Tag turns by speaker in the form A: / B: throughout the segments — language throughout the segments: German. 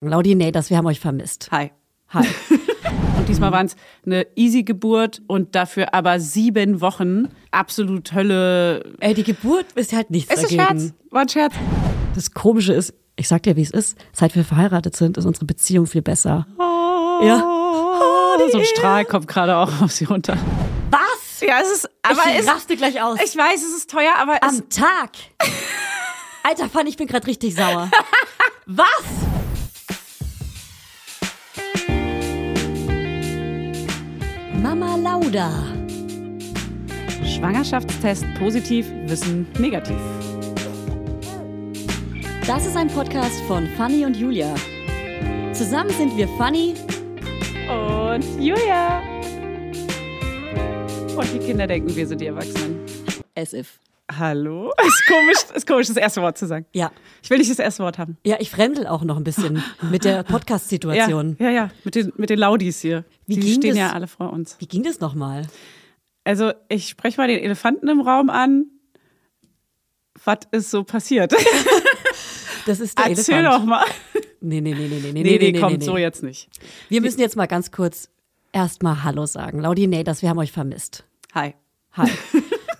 A: Laudi Naders, wir haben euch vermisst.
B: Hi.
A: Hi.
B: Und diesmal waren es eine easy Geburt und dafür aber sieben Wochen absolut Hölle.
A: Ey, Äh, die Geburt ist halt nichts
B: Es ist
A: dagegen.
B: Scherz, war ein Scherz.
A: Das Komische ist, ich sag dir, wie es ist, seit wir verheiratet sind, ist unsere Beziehung viel besser. Ja.
B: so ein Strahl kommt gerade auch auf sie runter.
A: Was?
B: Ja, es ist, aber
A: ich
B: es,
A: raste gleich aus.
B: ich weiß, es ist teuer, aber es,
A: Am Tag. Alter, Fanny, ich bin gerade richtig sauer. Was? Mama Lauda.
B: Schwangerschaftstest positiv, Wissen negativ.
A: Das ist ein Podcast von Fanny und Julia. Zusammen sind wir Fanny
B: Und Julia. Und die Kinder denken, wir sind die Erwachsenen.
A: as if.
B: Hallo? Ist komisch, ist komisch, das erste Wort zu sagen.
A: Ja.
B: Ich will nicht das erste Wort haben.
A: Ja, ich fremdel auch noch ein bisschen mit der
B: Ja,
A: Podcast-Situation.
B: ja, ja, mit den, mit den Laudis hier.
A: Wie
B: die
A: ging
B: stehen
A: das?
B: ja alle vor uns.
A: Wie ging das nochmal?
B: Also, ich spreche mal den Elefanten im Raum an. Was ist so passiert?
A: Das ist der
B: Erzähl
A: Elefant.
B: doch mal.
A: Nee, nee, nee, nee, nee, nee,
B: Nee, nee,
A: nee, nee,
B: kommt
A: nee.
B: so jetzt nicht.
A: Wir müssen jetzt mal ganz kurz erstmal Hallo sagen. Laudi Naders, wir haben euch vermisst.
B: Hi.
A: Hi.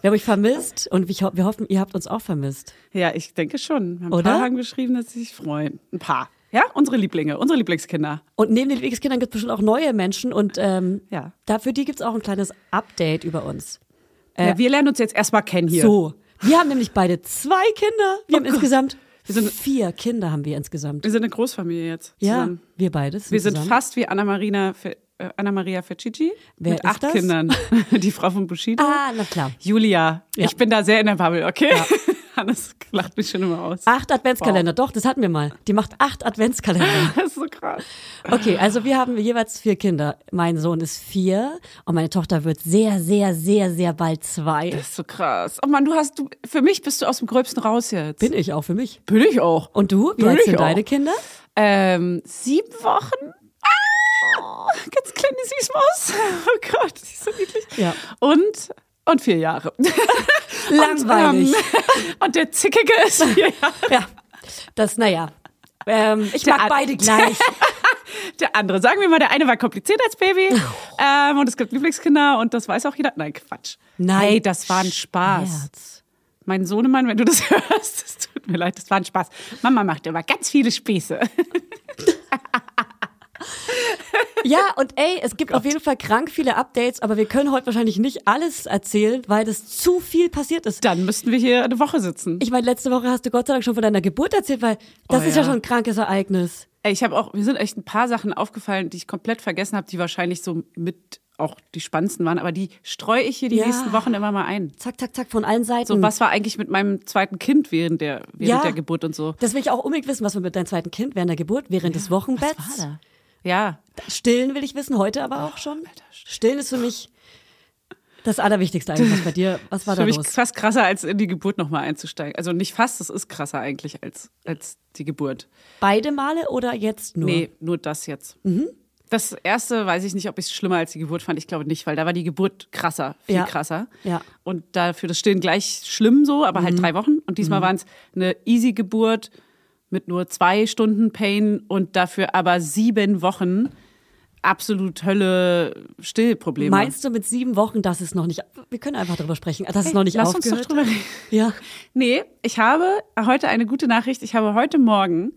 A: wir haben euch vermisst und ich ho wir hoffen, ihr habt uns auch vermisst.
B: Ja, ich denke schon. Ein
A: Oder?
B: paar haben geschrieben, dass sie sich freuen. Ein paar. Ja, unsere Lieblinge, unsere Lieblingskinder.
A: Und neben den Wegeskindern gibt es bestimmt auch neue Menschen und ähm,
B: Ja.
A: da, für die gibt es auch ein kleines Update über uns.
B: Äh, wir lernen uns jetzt erstmal kennen hier.
A: So, wir haben nämlich beide zwei Kinder. Wir haben insgesamt
B: Oh Wir sind-
A: vier Kinder haben wir insgesamt.
B: Wir sind eine Großfamilie jetzt.
A: Ja,
B: Zusammen.
A: wir beide sind
B: Wir sind
A: zusammen.
B: fast wie Anna, Marina, Fe- äh, Anna Maria Feccici.
A: Wer
B: mit
A: ist
B: acht
A: das?
B: Kindern. Die Frau von Bushido.
A: Ah, na klar.
B: Julia,
A: Ja.
B: ich bin da sehr in der Bubble, okay? Hannes lacht mich schon immer aus.
A: Acht Adventskalender, doch, das hatten wir mal. Die macht acht Adventskalender.
B: Das ist so krass.
A: Okay, also wir haben jeweils vier Kinder. Mein Sohn ist vier und meine Tochter wird sehr, sehr, sehr, sehr bald zwei.
B: Das ist so krass. Oh Mann, du hast, du, für mich bist du aus dem Gröbsten raus jetzt.
A: Bin ich auch für mich.
B: Bin ich auch.
A: Und du, wie
B: Bin
A: alt
B: ich
A: sind
B: auch.
A: deine Kinder?
B: Ähm, sieben Wochen? Ah, ganz kleine Süßmaus. Oh Gott, die ist so niedlich.
A: Ja.
B: Und, und vier Jahre.
A: Langweilig.
B: Und, ähm, und der Zickige ist vier Jahre.
A: Ja, das, naja. Ähm, ich
B: Der
A: mag
B: Ad-
A: beide gleich.
B: Der andere. Sagen wir mal, der eine war kompliziert als Baby.
A: Oh.
B: Ähm, und es gibt Lieblingskinder und das weiß auch jeder. Nein, Quatsch.
A: Nein,
B: Hey, das war ein Spaß.
A: Scherz.
B: Mein Sohnemann, wenn du das hörst, es tut mir leid, das war ein Spaß. Mama macht immer ganz viele Späße.
A: Ja, und ey, es gibt auf jeden Fall krank viele Updates, aber wir können heute wahrscheinlich nicht alles erzählen, weil das zu viel passiert ist.
B: Dann müssten wir hier eine Woche sitzen.
A: Ich meine, letzte Woche hast du Gott sei Dank schon von deiner Geburt erzählt, weil das
B: Oh
A: ist ja
B: ja.
A: schon ein krankes Ereignis.
B: Ey, ich habe auch, mir sind echt ein paar Sachen aufgefallen, die ich komplett vergessen habe, die wahrscheinlich so mit auch die spannendsten waren, aber die streue ich hier die
A: Ja.
B: nächsten Wochen immer mal ein.
A: Zack, zack, zack, von allen Seiten.
B: So, was war eigentlich mit meinem zweiten Kind während der, während
A: Ja.
B: der Geburt und so?
A: Das will ich auch unbedingt wissen, was wir mit deinem zweiten Kind während der Geburt, während des Wochenbetts.
B: Ja.
A: Stillen will ich wissen, heute aber auch schon. Stillen ist für mich das Allerwichtigste eigentlich was bei dir. Was war
B: Für
A: da
B: mich
A: los?
B: fast krasser, als in die Geburt nochmal einzusteigen. Also nicht fast, das ist krasser eigentlich als, als die Geburt.
A: Beide Male oder jetzt nur? Mhm.
B: Nee, nur das jetzt. Das erste weiß ich nicht, ob ich es schlimmer als die Geburt fand. Ich glaube nicht, weil da war die Geburt krasser, viel
A: Ja.
B: krasser.
A: Ja. Mhm.
B: Und dafür das Stillen gleich schlimm so, aber halt drei Wochen. Und diesmal waren es eine easy Geburt mit nur zwei Stunden Pain und dafür aber sieben Wochen absolut Hölle Stillprobleme.
A: Meinst du mit sieben Wochen, dass es noch nicht, wir können einfach darüber sprechen, dass es noch nicht
B: Lass uns
A: aufgehört
B: doch drüber reden.
A: hat? Ja.
B: Nee, ich habe heute eine gute Nachricht. Ich habe heute Morgen,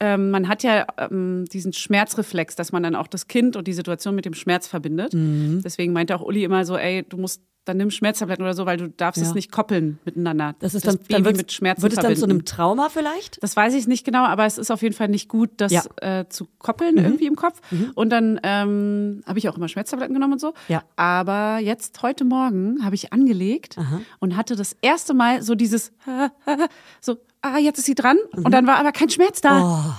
B: ähm, man hat ja ähm, diesen Schmerzreflex, dass man dann auch das Kind und die Situation mit dem Schmerz verbindet.
A: Mhm.
B: Deswegen meinte auch Uli immer so, ey, du musst, dann nimm Schmerztabletten oder so, weil du darfst
A: Ja.
B: es nicht koppeln miteinander.
A: Das ist dann,
B: das
A: dann
B: Baby
A: wird's-
B: mit Schmerzen
A: wird es dann
B: verbinden.
A: zu einem Trauma vielleicht?
B: Das weiß ich nicht genau, aber es ist auf jeden Fall nicht gut, das
A: Ja. Mhm.
B: äh, zu koppeln irgendwie im Kopf. Und dann ähm, habe ich auch immer Schmerztabletten genommen und so.
A: Ja.
B: Aber jetzt, heute Morgen, habe ich angelegt und hatte das erste Mal so dieses, äh, äh, so, ah, jetzt ist sie dran. Und dann war aber kein Schmerz da.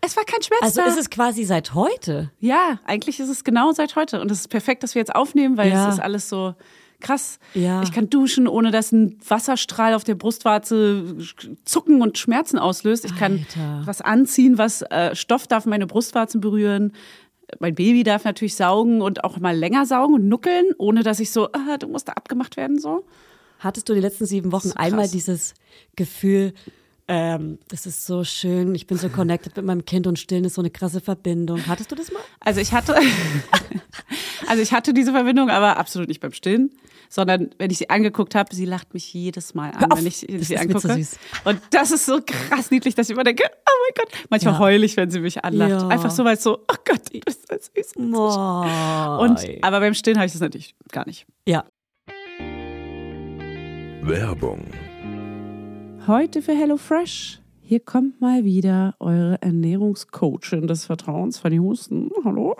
B: Es war kein Schmerz
A: Mhm. Oh. Also
B: da.
A: ist es quasi seit heute?
B: ja, eigentlich ist es genau seit heute. Und es ist perfekt, dass wir jetzt aufnehmen, weil
A: Ja.
B: es ist alles so krass.
A: Ja.
B: Ich kann duschen, ohne dass ein Wasserstrahl auf der Brustwarze zucken und Schmerzen auslöst. Ich kann
A: Alter.
B: was anziehen, was äh, Stoff darf meine Brustwarzen berühren. Mein Baby darf natürlich saugen und auch mal länger saugen und nuckeln, ohne dass ich so, ah, du musst da abgemacht werden, so.
A: Hattest du die letzten sieben Wochen
B: ist krass.
A: einmal dieses Gefühl, ähm, das ist so schön, ich bin so connected mit meinem Kind und Stillen ist so eine krasse Verbindung. Hattest du das mal?
B: Also ich hatte, also ich hatte diese Verbindung, aber absolut nicht beim Stillen, sondern wenn ich sie angeguckt habe, sie lacht mich jedes Mal an,
A: Hör auf,
B: wenn ich
A: das
B: sie
A: ist mir zu
B: angucke.
A: süß.
B: Und das ist so krass niedlich, dass ich immer denke, oh mein Gott. Manchmal
A: Ja.
B: heul ich, wenn sie mich anlacht.
A: Ja.
B: Einfach so, weil es so, oh Gott, du bist so süß. Und,
A: Moin.
B: aber beim Stillen habe ich das natürlich gar nicht.
A: ja.
C: Werbung.
B: Heute für HelloFresh. Hier kommt mal wieder eure Ernährungscoachin des Vertrauens, Fanny Husten. Hallo.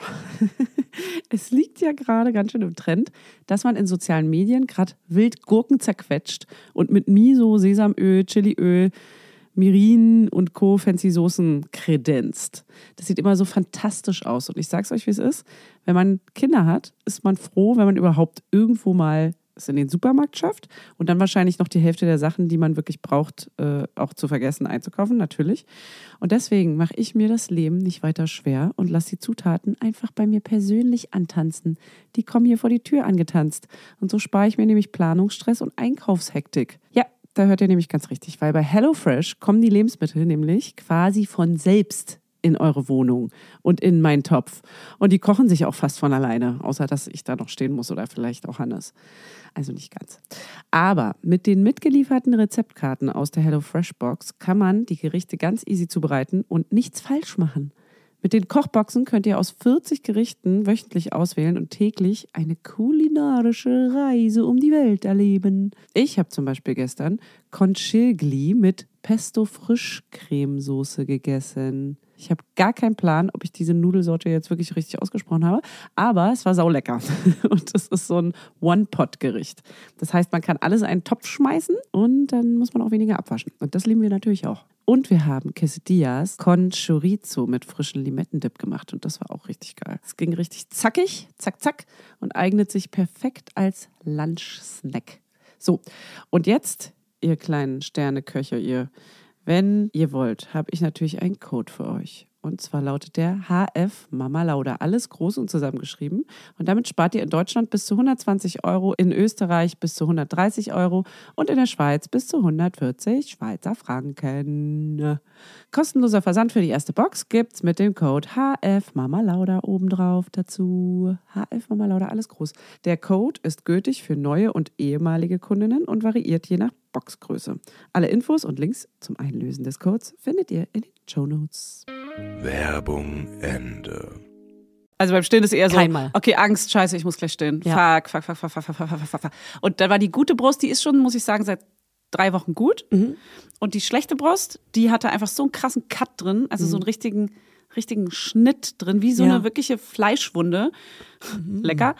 B: es liegt ja gerade ganz schön im Trend, dass man in sozialen Medien gerade wild Gurken zerquetscht und mit Miso, Sesamöl, Chiliöl, Mirin und Co. fancy Soßen kredenzt. Das sieht immer so fantastisch aus. Und ich sag's euch, wie es ist. Wenn man Kinder hat, ist man froh, wenn man überhaupt irgendwo mal es in den Supermarkt schafft und dann wahrscheinlich noch die Hälfte der Sachen, die man wirklich braucht, äh, auch zu vergessen einzukaufen, natürlich. Und deswegen mache ich mir das Leben nicht weiter schwer und lasse die Zutaten einfach bei mir persönlich antanzen. Die kommen hier vor die Tür angetanzt. Und so spare ich mir nämlich Planungsstress und Einkaufshektik. Ja, da hört ihr nämlich ganz richtig, weil bei HelloFresh kommen die Lebensmittel nämlich quasi von selbst in eure Wohnung und in meinen Topf. Und die kochen sich auch fast von alleine, außer dass ich da noch stehen muss oder vielleicht auch Hannes. Also nicht ganz. Aber mit den mitgelieferten Rezeptkarten aus der HelloFresh Box kann man die Gerichte ganz easy zubereiten und nichts falsch machen. Mit den Kochboxen könnt ihr aus 40 Gerichten wöchentlich auswählen und täglich eine kulinarische Reise um die Welt erleben. Ich habe zum Beispiel gestern Conchigli mit Pesto-Frischcremesoße gegessen. Ich habe gar keinen Plan, ob ich diese Nudelsorte jetzt wirklich richtig ausgesprochen habe, aber es war saulecker. Und das ist so ein One-Pot-Gericht. Das heißt, man kann alles in einen Topf schmeißen und dann muss man auch weniger abwaschen. Und das lieben wir natürlich auch. Und wir haben Quesadillas con Chorizo mit frischen Limettendip gemacht und das war auch richtig geil. Es ging richtig zackig, zack, zack und eignet sich perfekt als Lunch-Snack. So, und jetzt, ihr kleinen Sterneköche, ihr, wenn ihr wollt, habe ich natürlich einen Code für euch. Und zwar lautet der HF Mama Lauda. Alles groß und zusammengeschrieben. Und damit spart ihr in Deutschland bis zu 120 Euro, in Österreich bis zu 130 Euro und in der Schweiz bis zu 140 Schweizer Franken. Kostenloser Versand für die erste Box gibt's mit dem Code HF Mama Lauda obendrauf dazu. HF Mama Lauda, alles groß. Der Code ist gültig für neue und ehemalige Kundinnen und variiert je nach Boxgröße. Alle Infos und Links zum Einlösen des Codes findet ihr in den Show Notes.
C: Werbung Ende.
B: Also beim Stillen ist eher so,
A: Keinmal.
B: okay, Angst, scheiße, ich muss gleich stillen.
A: Ja.
B: Fuck, fuck, fuck, fuck, fuck, fuck, fuck, fuck, fuck, fuck. Und da war die gute Brust, die ist schon, muss ich sagen, seit drei Wochen gut.
A: Mhm.
B: Und die schlechte Brust, die hatte einfach so einen krassen Cut drin, also so einen richtigen, richtigen Schnitt drin, wie so
A: Mhm. Ja. Mhm.
B: eine wirkliche Fleischwunde. Lecker.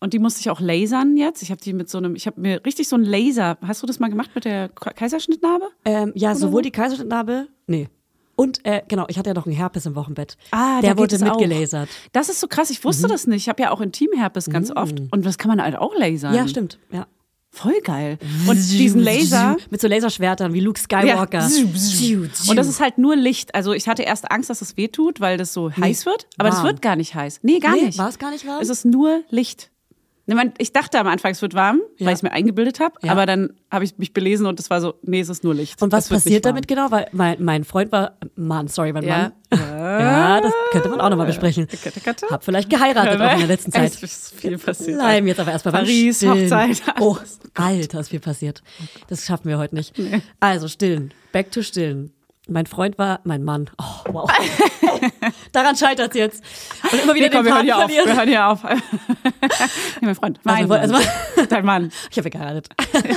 B: Und die musste ich auch lasern jetzt. Ich habe die mit so einem, ich habe mir richtig so einen Laser. Hast du das mal gemacht mit der Kaiserschnittnarbe?
A: Ähm, ja, sowohl die Kaiserschnittnarbe, nee. Und äh, genau, ich hatte ja noch einen Herpes im Wochenbett.
B: Ah,
A: der
B: da
A: wurde
B: geht es auch.
A: mitgelasert. Mhm.
B: Das ist so krass, ich wusste das nicht. Ich habe ja auch Intimherpes ganz oft. Und das kann man halt auch lasern.
A: Ja, stimmt. Ja.
B: Voll geil. Und diesen Laser.
A: Mit so Laserschwertern wie Luke Skywalker.
B: Und das ist halt nur Licht. Also ich hatte erst Angst, dass es weh tut, weil das so heiß wird. Aber das
A: warm.
B: wird gar nicht heiß. Nee, gar
A: Nee,
B: nicht.
A: war's gar nicht warm?
B: Es ist nur Licht. Ne, man- Ich dachte am Anfang, es wird warm, weil ich es mir eingebildet habe.
A: Ja.
B: Aber dann habe ich mich belesen und es war so, nee, es ist nur Licht.
A: Und was
B: Es wird nicht
A: passiert
B: warm.
A: damit genau? Weil mein, mein Freund war, Mann, sorry, mein
B: Ja.
A: Mann. Ja, das könnte man auch nochmal besprechen.
B: Katte, katte.
A: Hab vielleicht geheiratet auch in der letzten
B: Es
A: Zeit.
B: ist viel passiert.
A: Bleiben jetzt aber erstmal beim
B: Paris,
A: Stillen.
B: Hochzeit.
A: Oh, Alter, ist viel passiert. Das schaffen wir heute nicht. Also stillen. Back to stillen. Mein Freund war mein Mann. Oh, wow. Daran scheitert jetzt. Und immer wieder
B: Nee, komm, wir
A: den Faden
B: hören hier auf. Wir
A: verlieren.
B: hören hier auf. nee, mein Freund. Mein
A: Also,
B: Mann.
A: also-
B: Dein Mann.
A: Ich habe geheiratet.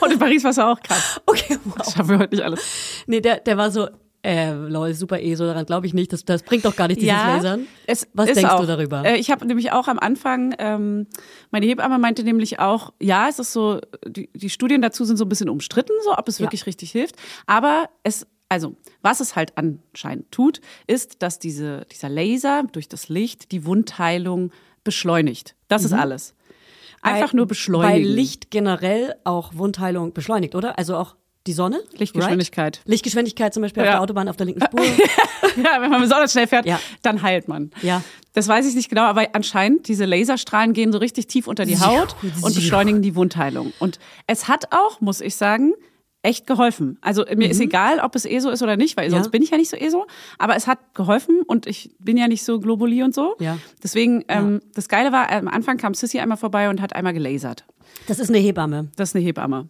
B: Und in Paris warst du auch krass.
A: Okay, wow.
B: Das schaffen wir heute nicht alles.
A: Nee, der, der war so, äh, lol, super eh, so daran glaube ich nicht. Das, das bringt doch gar nicht, dieses Lasern.
B: Es
A: Was
B: ist
A: denkst
B: auch,
A: du darüber?
B: Äh, ich habe nämlich auch am Anfang, ähm, meine Hebamme meinte nämlich auch, ja, es ist so, die, die Studien dazu sind so ein bisschen umstritten, so ob es wirklich richtig hilft. Aber es, also, was es halt anscheinend tut, ist, dass diese, dieser Laser durch das Licht die Wundheilung beschleunigt. Das ist alles. Einfach
A: Bei-
B: nur beschleunigen.
A: Mhm. Weil Licht generell auch Wundheilung beschleunigt, oder? Also auch die Sonne?
B: Lichtgeschwindigkeit.
A: Right? Lichtgeschwindigkeit zum Beispiel auf
B: Ja.
A: der Autobahn auf der linken Spur.
B: ja, wenn man besonders schnell fährt,
A: Ja.
B: dann heilt man.
A: Ja.
B: Das weiß ich nicht genau, aber anscheinend diese Laserstrahlen gehen so richtig tief unter die Haut und beschleunigen die Wundheilung. Und es hat auch, muss ich sagen, echt geholfen. Also mir
A: Mhm.
B: ist egal, ob es ESO ist oder nicht, weil sonst bin ich ja nicht so ESO. Aber es hat geholfen und ich bin ja nicht so globuli und so.
A: Ja.
B: Deswegen, ähm, das Geile war, am Anfang kam Sissy einmal vorbei und hat einmal gelasert.
A: Das ist eine Hebamme.
B: Das ist eine Hebamme.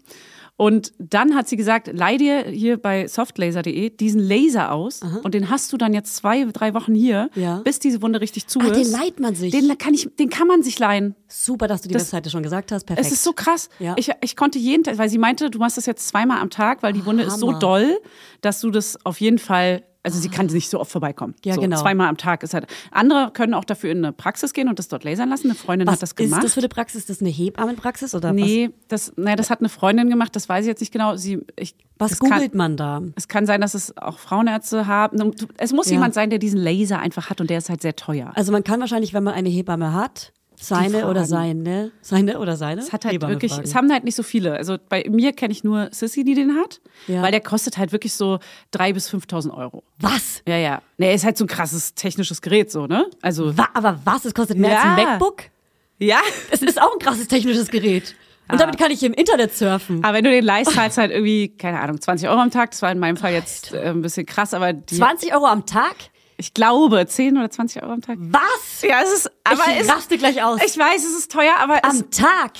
B: Und dann hat sie gesagt, leih dir hier bei softlaser.de diesen Laser aus und den hast du dann jetzt zwei, drei Wochen hier,
A: Ja.
B: bis diese Wunde richtig zu
A: Ah,
B: ist.
A: den leiht man sich.
B: Den kann, ich, den kann man sich leihen.
A: Super, dass du die
B: Das-
A: Webseite schon gesagt hast. Perfekt.
B: Es ist so krass.
A: Ja.
B: Ich, ich konnte jeden Tag, weil sie meinte, du machst das jetzt zweimal am Tag, weil die Wunde ist so
A: Hammer.
B: doll, dass du das auf jeden Fall. Also sie kann nicht so oft vorbeikommen.
A: Ja,
B: so,
A: genau.
B: Zweimal am Tag ist halt. Andere können auch dafür in eine Praxis gehen und das dort lasern lassen. Eine Freundin
A: was
B: hat das gemacht.
A: ist das für eine Praxis? Ist das eine Hebammenpraxis oder
B: nee, das, naja, das hat eine Freundin gemacht. Das weiß ich jetzt nicht genau. Sie, ich,
A: was? Was
B: es kann,
A: googelt man da?
B: es kann sein, dass es auch Frauenärzte haben. Es muss
A: Ja.
B: jemand sein, der diesen Laser einfach hat und der ist halt sehr teuer.
A: Also man kann wahrscheinlich, wenn man eine Hebamme hat, seine
B: fragen.
A: oder seine, seine oder seine.
B: Es hat halt
A: Hebamme
B: wirklich,
A: fragen.
B: es haben halt nicht so viele. Also bei mir kenne ich nur Sissy, die den hat,
A: Ja.
B: weil der kostet halt wirklich so 3.000 bis 5.000 Euro.
A: was?
B: Ja, ja. Nee, ist halt so ein krasses technisches Gerät, so, ne? Also,
A: Wa aber was? Es kostet mehr als ein
B: Ja.
A: MacBook?
B: ja.
A: Es ist auch ein krasses technisches Gerät.
B: Ah.
A: Und damit kann ich im Internet surfen.
B: Aber wenn du den leist, zahlst du halt irgendwie, keine Ahnung, 20 Euro am Tag. Das war in meinem Fall jetzt äh, ein bisschen krass, aber die,
A: 20 Euro am Tag?
B: ich glaube, 10 oder 20 Euro am Tag.
A: Was?
B: Ja, es ist, aber
A: ich
B: es,
A: raste gleich aus.
B: ich weiß, es ist teuer, aber es,
A: am Tag?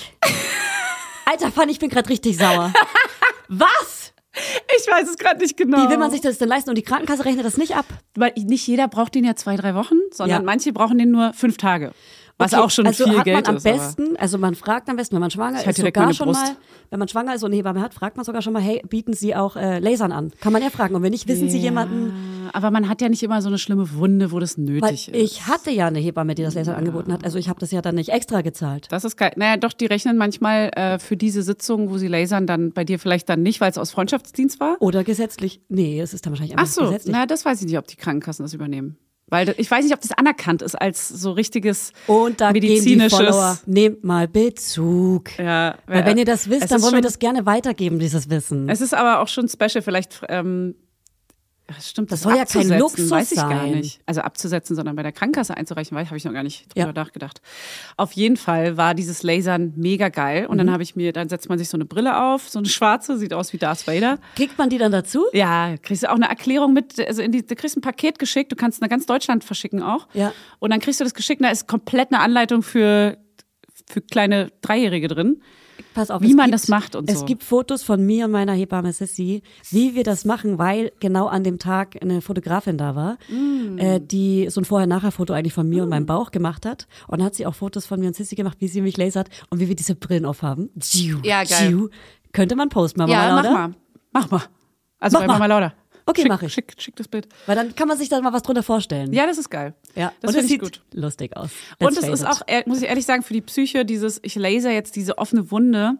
A: Alter Fanny, ich bin gerade richtig sauer. Was?
B: ich weiß es gerade nicht genau.
A: Wie will man sich das denn leisten? Und die Krankenkasse rechnet das nicht ab.
B: Weil nicht jeder braucht den ja zwei, drei Wochen, sondern
A: Ja.
B: manche brauchen den nur fünf Tage. Was
A: Okay,
B: auch schon
A: also
B: viel
A: hat
B: Geld
A: man am
B: ist. aber-
A: besten, also man fragt am besten, wenn man schwanger
B: hatte
A: ist,
B: direkt
A: sogar
B: meine
A: schon
B: Brust.
A: mal, wenn man schwanger ist und eine Hebamme hat, fragt man sogar schon mal, hey, bieten Sie auch äh, Lasern an? Kann man ja fragen. Und wenn nicht, wissen Sie jemanden,
B: Ja, Äh, Aber man hat ja nicht immer so eine schlimme Wunde, wo das
A: weil
B: nötig
A: ich,
B: ist.
A: hatte ja eine Hebamme, die das Lasern angeboten hat. Also ich habe das ja dann nicht extra gezahlt.
B: Das ist geil. Naja, doch, die rechnen manchmal äh, für diese Sitzung, wo sie lasern, dann bei dir vielleicht dann nicht, weil es aus Freundschaftsdienst war.
A: Oder gesetzlich. Nee, es ist dann wahrscheinlich
B: Ach
A: anders
B: so,
A: gesetzlich.
B: na, das weiß ich nicht, ob die Krankenkassen das übernehmen. Weil da- ich weiß nicht, ob das anerkannt ist als so richtiges
A: Und da gehen die
B: medizinisches.
A: Follower, nehmt mal Bezug.
B: Ja,
A: Weil wenn ihr das wisst,
B: äh, es
A: dann
B: ist
A: wollen wir
B: schon-
A: das gerne weitergeben, dieses Wissen.
B: Es ist aber auch schon special, vielleicht. Ähm, ja, Stimmt,
A: Das soll ja kein
B: abzusetzen,
A: Luxus
B: weiß ich Gar
A: sein.
B: nicht. Also abzusetzen, sondern bei der Krankenkasse einzureichen, weil habe ich noch gar nicht drüber
A: Ja.
B: nachgedacht. Auf jeden Fall war dieses Lasern mega geil.
A: Mhm.
B: Und dann habe ich mir, dann setzt man sich so eine Brille auf, so eine schwarze, sieht aus wie Darth Vader.
A: Kriegt man die dann dazu?
B: Ja, kriegst du auch eine Erklärung mit, also in die, du kriegst ein Paket geschickt, du kannst nach ganz Deutschland verschicken auch.
A: Ja.
B: Und dann kriegst du das geschickt, da ist komplett eine Anleitung für, für kleine Dreijährige drin.
A: Pass auf,
B: Wie
A: es
B: man
A: gibt,
B: das macht und
A: es
B: so.
A: gibt Fotos von mir und meiner Hebamme Sissy, wie wir das machen, weil genau an dem Tag eine Fotografin da war,
B: Mm.
A: äh, die so ein Vorher-Nachher-Foto eigentlich von mir und meinem Bauch gemacht hat. Und dann hat sie auch Fotos von mir und Sissy gemacht, wie sie mich lasert und wie wir diese Brillen aufhaben. Tschiu,
B: Ja, geil.
A: tschiu. Könnte man posten, Mama
B: ja,
A: Lauda?
B: mach mal. Mach mal. Also
A: Mach
B: bei
A: mal.
B: Mama Lauda.
A: Okay,
B: schick,
A: mach ich.
B: Schick, schick das Bild.
A: Weil dann kann man sich da mal was drunter vorstellen.
B: Ja, das ist geil.
A: ja. und
B: das
A: es
B: finde ich
A: sieht
B: gut.
A: lustig aus.
B: Und
A: Let's
B: es
A: face
B: ist
A: it.
B: auch, ehr- muss ich ehrlich sagen, für die Psyche dieses, ich laser jetzt diese offene Wunde.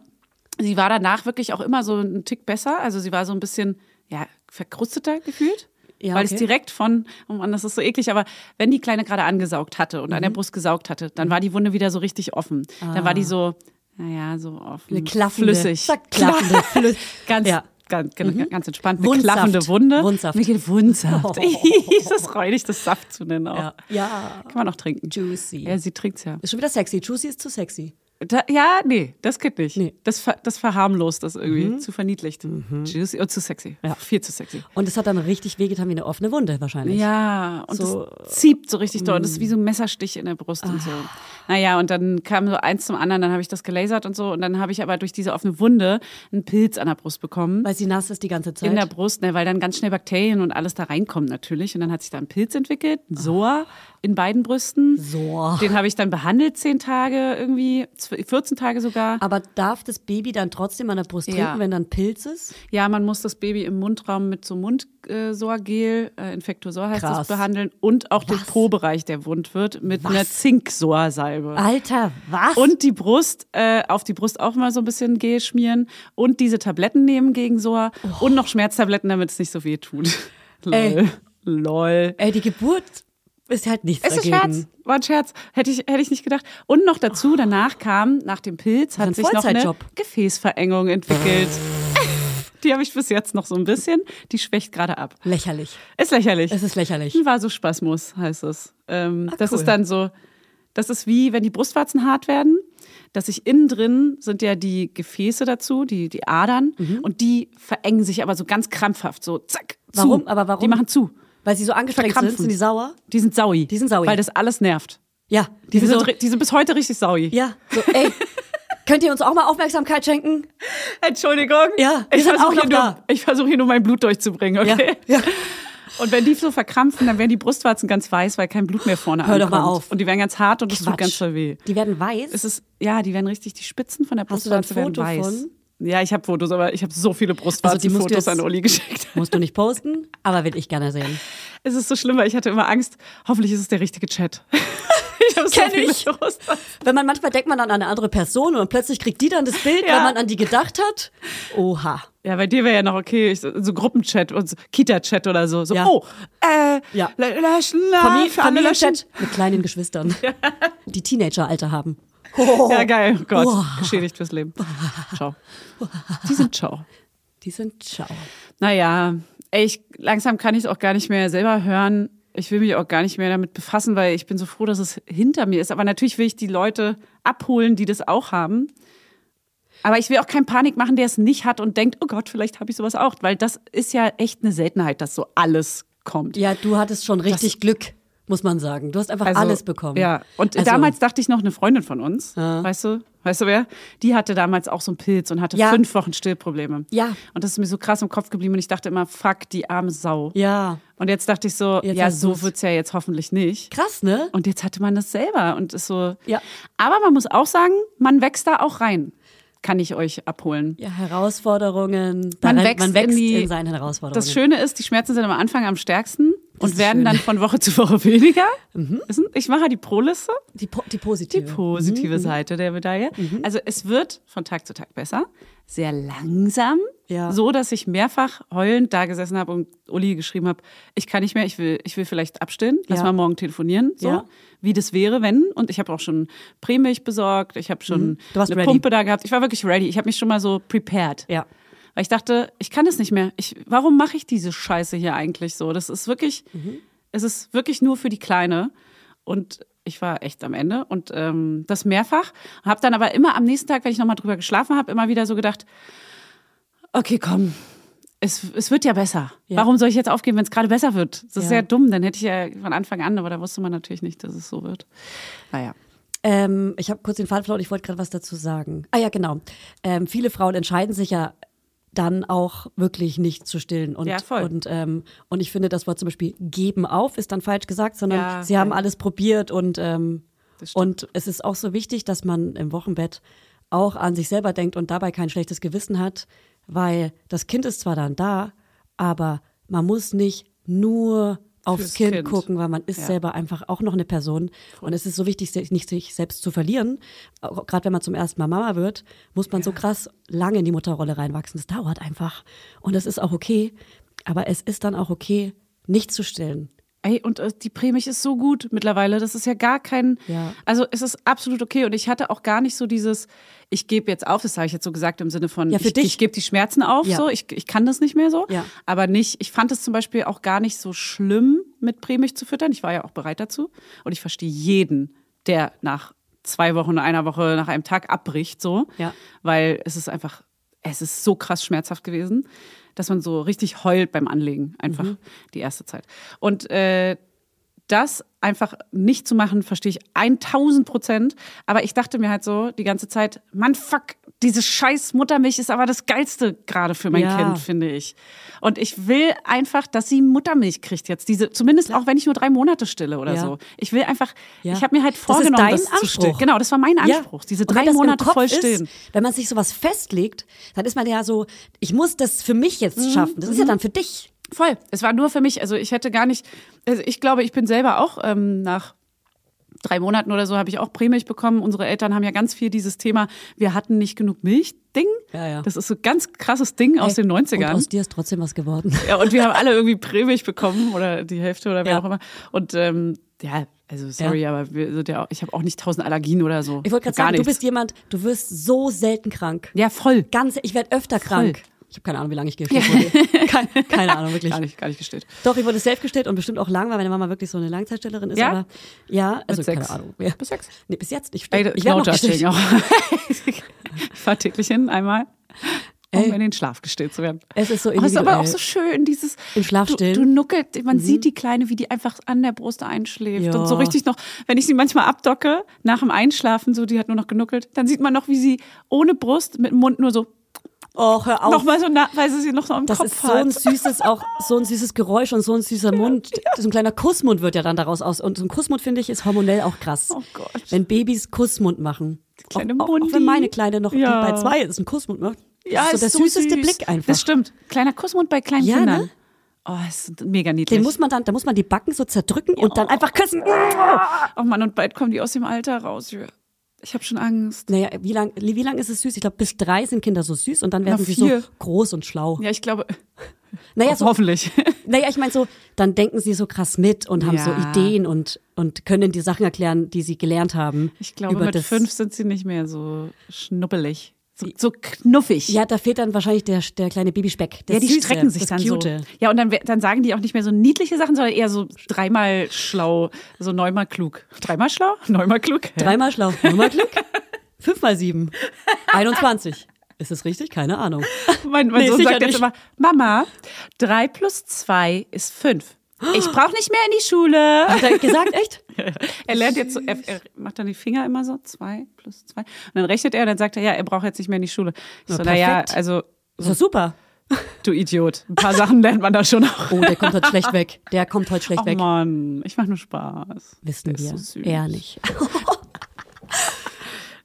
B: Sie war danach wirklich auch immer so einen Tick besser. Also sie war so ein bisschen, ja, verkrusteter gefühlt.
A: Ja,
B: weil
A: okay.
B: es direkt von, oh Mann, das ist so eklig, aber wenn die Kleine gerade angesaugt hatte und an
A: Mhm.
B: der Brust gesaugt hatte, dann war die Wunde wieder so richtig offen. Dann war die so, naja, so offen.
A: Ah. eine klaffende,
B: Flüssig.
A: zack, klaffende, flüssig.
B: Ganz,
A: Ja. Mhm.
B: ganz, ganz, ganz entspannt. Eine
A: Wundsaft.
B: klaffende Wunde.
A: Wundsaft.
B: Mir geht Wundsaft. das ist räudig, das Saft zu nennen auch.
A: Ja. ja.
B: Kann man auch trinken.
A: Juicy.
B: Ja, sie trinkt's ja.
A: Ist schon wieder sexy. Juicy ist zu sexy.
B: Da, ja, nee, das geht nicht.
A: Nee. Mhm.
B: Das, ver, das verharmlost das irgendwie. Zu verniedlicht. Juicy. Oh, zu sexy.
A: Ja.
B: Viel zu sexy.
A: Und es hat dann richtig wehgetan wie eine offene Wunde wahrscheinlich.
B: Ja, und
A: So, mm.
B: das zieht so richtig doll. Das ist wie so ein Messerstich in der Brust und so.
A: Ah.
B: Naja, und dann kam so eins zum anderen, dann habe ich das gelasert und so. Und dann habe ich aber durch diese offene Wunde einen Pilz an der Brust bekommen.
A: Weil sie nass ist die ganze Zeit.
B: In der Brust, ne, weil dann ganz schnell Bakterien und alles da reinkommt natürlich. Und dann hat sich da ein Pilz entwickelt,
A: Ah.
B: ein Soa in beiden Brüsten.
A: Soa.
B: Den habe ich dann behandelt, zehn Tage irgendwie, zw- 14 Tage sogar.
A: aber darf das Baby dann trotzdem an der Brust trinken,
B: Ja.
A: wenn dann Pilz ist?
B: Ja, man muss das Baby im Mundraum mit so Mundsorgel, äh, Infektorsor heißt
A: Krass.
B: das, behandeln und auch den Po-Bereich, der wund wird, mit einer Zinksorsalbe.
A: Alter, was?
B: Und die Brust, äh, auf die Brust auch mal so ein bisschen Gel schmieren und diese Tabletten nehmen gegen Soa und noch Schmerztabletten, damit es nicht so weh tut. Lol.
A: Oh. Ey.
B: Lol.
A: Ey, die Geburt ist halt nichts
B: Es ist ein
A: dagegen. Oh.
B: Scherz, war ein Scherz. Hätte ich, hätte ich nicht gedacht. Und noch dazu, danach kam, nach dem Pilz,
A: ein
B: hat sich noch eine
A: Vollzeitjob.
B: Gefäßverengung entwickelt. Die habe ich bis jetzt noch so ein bisschen. Die schwächt gerade ab.
A: Lächerlich.
B: Ist lächerlich.
A: Es ist lächerlich. Ah,
B: Die Vasospasmus heißt es. Ähm, das
A: cool.
B: ist dann so, das ist wie, wenn die Brustwarzen hart werden, dass ich innen drin sind ja die Gefäße dazu, die, die Adern,
A: Mhm.
B: und die verengen sich aber so ganz krampfhaft, so zack. Zu.
A: Warum? Aber warum?
B: Die machen zu.
A: Weil sie so angestrengt sind,
B: Verkrampfen.
A: sind die sauer?
B: Die sind saui.
A: Die sind saui.
B: Weil das alles nervt.
A: Ja.
B: Die, sind, so, die sind bis heute richtig saui.
A: Ja, so, ey, könnt ihr uns auch mal Aufmerksamkeit schenken?
B: Entschuldigung.
A: Ja, wir
B: ich
A: sind auch
B: versuche
A: noch
B: hier, nur-
A: da.
B: ich versuch hier nur mein Blut durchzubringen, okay?
A: Ja, ja.
B: Und wenn die so verkrampfen, dann werden die Brustwarzen ganz weiß, weil kein Blut mehr vorne
A: Hör doch
B: ankommt.
A: mal auf.
B: Und die werden ganz hart und es tut
A: Quatsch.
B: ganz doll weh.
A: Die werden weiß.
B: Es ist, ja, die werden richtig, die Spitzen von der
A: Hast du da ein
B: Brustwarze werden
A: Foto
B: weiß.
A: von?
B: Ja, ich habe Fotos, aber ich habe so
A: Also
B: viele
A: die musst du
B: Brustwarzenfotos
A: jetzt-
B: an Uli geschickt.
A: Musst du nicht posten, aber will ich gerne sehen.
B: Es ist so schlimm, weil ich hatte immer Angst, hoffentlich ist es der richtige Chat. ich habe so
A: Kenn
B: viele
A: ich.
B: Brustwarzen.
A: Wenn man manchmal denkt man an eine andere Person und plötzlich kriegt die dann das Bild,
B: Ja. Ah,
A: weil man an die gedacht hat. Oha.
B: Ja, bei dir wäre ja noch okay, ich, so Gruppenchat und so Kita-Chat oder so. So,
A: Ja.
B: oh, äh,
A: Ja.
B: lö- löschen, la,
A: Famili
B: für alle löschen.
A: Familienchat mit kleinen Geschwistern, die Teenageralter haben.
B: Ja, geil, oh Gott,
A: Boah.
B: geschädigt fürs Leben. Ciao. Die sind ciao.
A: Die sind ciao.
B: Naja, ey, ich, langsam kann ich es auch gar nicht mehr selber hören. Ich will mich auch gar nicht mehr damit befassen, weil ich bin so froh, dass es hinter mir ist. Aber natürlich will ich die Leute abholen, die das auch haben. Aber ich will auch keine Panik machen, der es nicht hat und denkt, oh Gott, vielleicht habe ich sowas auch. Weil das ist ja echt eine Seltenheit, dass so alles kommt.
A: Ja, du hattest schon richtig Glück, muss man sagen. Du hast einfach
B: Also,
A: alles bekommen.
B: Ja, und
A: Also,
B: damals dachte ich noch, eine Freundin von uns, weißt du, weißt du wer, die hatte damals auch so einen Pilz und hatte
A: Ja.
B: fünf Wochen Stillprobleme.
A: Ja.
B: Und das ist mir so krass im Kopf geblieben und ich dachte immer, fuck, die arme Sau.
A: Ja.
B: Und jetzt dachte ich so,
A: Jetzt
B: ja,
A: hast
B: so
A: du's.
B: wird's ja jetzt hoffentlich nicht.
A: Krass, ne?
B: Und jetzt hatte man das selber und ist so.
A: Ja.
B: Aber man muss auch sagen, man wächst da auch rein. Kann ich euch abholen.
A: Ja, Herausforderungen. Da
B: Man
A: rennt-
B: wächst
A: man wächst
B: in die-
A: seinen Herausforderungen.
B: Das Schöne ist, die Schmerzen sind am Anfang am stärksten und
A: ist
B: werden
A: schön. Mhm.
B: dann von Woche zu Woche weniger. Ist ein- Ich mache die Pro-Liste.
A: Die, po die
B: die
A: positive. Mhm.
B: positive Seite der Medaille. Also es wird von Tag zu Tag besser, sehr langsam,
A: Ja.
B: so dass ich mehrfach heulend da gesessen habe und Uli geschrieben habe, ich kann nicht mehr, ich will, ich will vielleicht abstillen, lass
A: Ja.
B: mal morgen telefonieren, so
A: Ja.
B: wie das wäre, wenn. Und ich habe auch schon Prämilch besorgt, ich habe schon
A: Mhm. Du warst
B: eine
A: ready.
B: Pumpe da gehabt, ich war wirklich ready, ich habe mich schon mal so prepared.
A: Ja.
B: Weil ich dachte, ich kann das nicht mehr. Ich, warum mache ich diese Scheiße hier eigentlich so? Das ist wirklich,
A: Mhm.
B: es ist wirklich nur für die Kleine. Und ich war echt am Ende und ähm, das mehrfach. Habe dann aber immer am nächsten Tag, wenn ich nochmal drüber geschlafen habe, immer wieder so gedacht, okay, komm, es, es wird ja besser.
A: Ja.
B: Warum soll ich jetzt aufgeben, wenn es gerade besser wird? Das ist
A: Ja.
B: ja dumm, dann hätte ich ja von Anfang an, aber da wusste man natürlich nicht, dass es so wird. Naja.
A: Ähm, ich habe kurz den Faden verloren, ich wollte gerade was dazu sagen. Ah ja, genau. Ähm, viele Frauen entscheiden sich ja dann auch wirklich nicht zu stillen. Und,
B: Ja, voll.
A: Und, ähm, und ich finde das Wort zum Beispiel geben auf ist dann falsch gesagt, sondern
B: Ja,
A: sie haben
B: voll.
A: alles probiert und, ähm,
B: Das stimmt.
A: und es ist auch so wichtig, dass man im Wochenbett auch an sich selber denkt und dabei kein schlechtes Gewissen hat, weil das Kind ist zwar dann da, aber man muss nicht nur aufs
B: Fürs
A: kind,
B: Kind.
A: gucken, weil man ist
B: Ja.
A: selber einfach auch noch eine Person. Und es ist so wichtig, sich nicht sich selbst zu verlieren. Auch Gerade wenn man zum ersten Mal Mama wird, muss man so krass lange in die Mutterrolle reinwachsen. Das dauert einfach. Und das ist auch okay. Aber es ist dann auch okay, nicht zu stillen.
B: Ey, und äh, die Prämie ist so gut mittlerweile. Das ist ja gar kein.
A: Ja.
B: Also es ist absolut okay. Und ich hatte auch gar nicht so dieses, ich gebe jetzt auf, das habe ich jetzt so gesagt im Sinne von,
A: Ja, für
B: ich,
A: dich.
B: ich gebe die Schmerzen auf,
A: Ja.
B: so, ich, ich kann das nicht mehr so.
A: Ja.
B: Aber nicht, ich fand es zum Beispiel auch gar nicht so schlimm, mit Prämilch zu füttern. Ich war ja auch bereit dazu. Und ich verstehe jeden, der nach zwei Wochen, einer Woche, nach einem Tag abbricht, so.
A: Ja.
B: Weil es ist einfach, es ist so krass schmerzhaft gewesen, dass man so richtig heult beim Anlegen, einfach
A: Mhm.
B: die erste Zeit. Und äh, das einfach nicht zu machen, verstehe ich 1000 Prozent. Aber ich dachte mir halt so die ganze Zeit, Mann, fuck, diese scheiß Muttermilch ist aber das Geilste gerade für mein
A: Ja.
B: Kind, finde ich. Und ich will einfach, dass sie Muttermilch kriegt jetzt. Diese, zumindest auch wenn ich nur drei Monate stille oder
A: Ja.
B: so. Ich will einfach,
A: Ja.
B: ich habe mir halt
A: Das ist
B: vorgenommen,
A: dein
B: das, zu
A: Anspruch.
B: stillen. Genau, das war mein Anspruch.
A: Ja.
B: Diese
A: Und wenn
B: drei
A: das im
B: Monate
A: Kopf
B: voll
A: ist,
B: stillen.
A: Wenn man sich sowas festlegt, dann ist man ja so, ich muss das für mich
B: Mhm.
A: jetzt schaffen. Das ist ja dann für dich.
B: Voll. Es war nur für mich. Also ich hätte gar nicht. Also ich glaube, ich bin selber auch ähm, nach drei Monaten oder so habe ich auch Prämilch bekommen. Unsere Eltern haben ja ganz viel dieses Thema, wir hatten nicht genug Milch-Ding.
A: Ja, ja.
B: Das ist so ein ganz krasses Ding aus
A: Ey,
B: den 90ern.
A: Und aus dir ist trotzdem was geworden.
B: ja, und wir haben alle irgendwie Prämilch bekommen oder die Hälfte oder wer
A: Ja.
B: auch immer. Und ähm, ja, also sorry, aber wir sind ja auch, ich habe auch nicht tausend Allergien oder so.
A: Ich wollte gerade
B: Gar
A: sagen, du
B: nichts.
A: bist jemand, du wirst so selten krank.
B: ja voll.
A: Ganz, ich werde öfter krank.
B: Voll.
A: Ich habe keine Ahnung, wie lange ich gestillt wurde. Keine, keine Ahnung, wirklich.
B: Gar nicht, gar nicht gestillt.
A: Doch, ich wurde safe gestillt und bestimmt auch lang, weil meine Mama wirklich so eine Langzeitstellerin ist.
B: Ja?
A: Aber, ja, also
B: sechs.
A: keine Ahnung. Ja.
B: Bis sechs.
A: Nee, bis jetzt. Ich,
B: Ey,
A: ich
B: no
A: werde noch gestillt.
B: judging auch. ich fahre täglich hin, einmal, um
A: Ey.
B: in den Schlaf gestillt zu werden.
A: Es ist so
B: Oh, ist
A: individuell.
B: aber auch so schön, dieses
A: Im Schlaf
B: du,
A: stillen. Mhm.
B: du nuckelt, man sieht die Kleine, wie die einfach an der Brust einschläft
A: Ja.
B: und so richtig noch, wenn ich sie manchmal abdocke, nach dem Einschlafen, so die hat nur noch genuckelt, dann sieht man noch, wie sie ohne Brust mit dem Mund nur so
A: oh, hör auf.
B: nochmal so, na, weil sie sie noch so am
A: das
B: Kopf
A: ist so ein
B: hat.
A: süßes, auch so ein süßes Geräusch und so ein süßer Mund. So ein kleiner Kussmund wird ja dann daraus aus. Und so ein Kussmund, finde ich, ist hormonell auch krass.
B: Oh Gott.
A: Wenn Babys Kussmund machen.
B: kleine
A: auch, auch, auch
B: Mundi.
A: wenn meine Kleine noch die
B: Ja.
A: bei zwei ist, einen Kussmund macht. Das
B: ja,
A: ist so
B: ist
A: der
B: so
A: süßeste
B: süß.
A: Blick einfach.
B: Das stimmt. Kleiner Kussmund bei kleinen
A: Ja,
B: Kindern.
A: ne?
B: Oh, ist mega niedlich.
A: Den muss man dann, da muss man die Backen so zerdrücken und dann einfach küssen.
B: Oh Mann, und bald kommen die aus dem Alter raus. Jö. Ich habe schon Angst.
A: Naja, wie lang, wie lang ist es süß? Ich glaube, bis drei sind Kinder so süß und dann werden sie so
B: vier.
A: groß und schlau.
B: Ja, ich glaube,
A: Naja, so,
B: hoffentlich.
A: naja, ich meine so, dann denken sie so krass mit und haben so
B: Ja.
A: Ideen und, und können die Sachen erklären, die sie gelernt haben.
B: Ich glaube,
A: über
B: mit
A: das-
B: fünf sind sie nicht mehr so schnuppelig. So, so knuffig.
A: Ja, da fehlt dann wahrscheinlich der, der kleine Babyspeck. Das
B: Ja, die
A: Süße,
B: strecken sich
A: das
B: dann
A: Cute.
B: so. Ja, und dann, we- dann sagen die auch nicht mehr so niedliche Sachen, sondern eher so dreimal schlau, so neunmal klug. Dreimal schlau? Neunmal klug? Hä?
A: Dreimal schlau, nochmal Glück. Fünfmal sieben. 21. Ist das richtig? Keine Ahnung.
B: Mein, mein
A: Nee,
B: Sohn
A: sicher
B: sagt jetzt
A: nicht.
B: immer, Mama, drei plus zwei ist fünf. Ich brauche nicht mehr in die Schule.
A: Hat er gesagt, echt?
B: Er lernt jetzt so, er, er macht dann die Finger immer so, zwei plus zwei. Und dann rechnet er und dann sagt er, ja, er braucht jetzt nicht mehr in die Schule. Ich so,
A: Na,
B: naja,
A: perfekt.
B: also,
A: Ist doch super.
B: du Idiot. Ein paar Sachen lernt man da schon auch.
A: Oh, der kommt heute schlecht weg. Der kommt heute schlecht
B: Oh
A: weg.
B: Mann, ich mache nur Spaß.
A: Wissen
B: der
A: wir.
B: Ist so süß.
A: er nicht.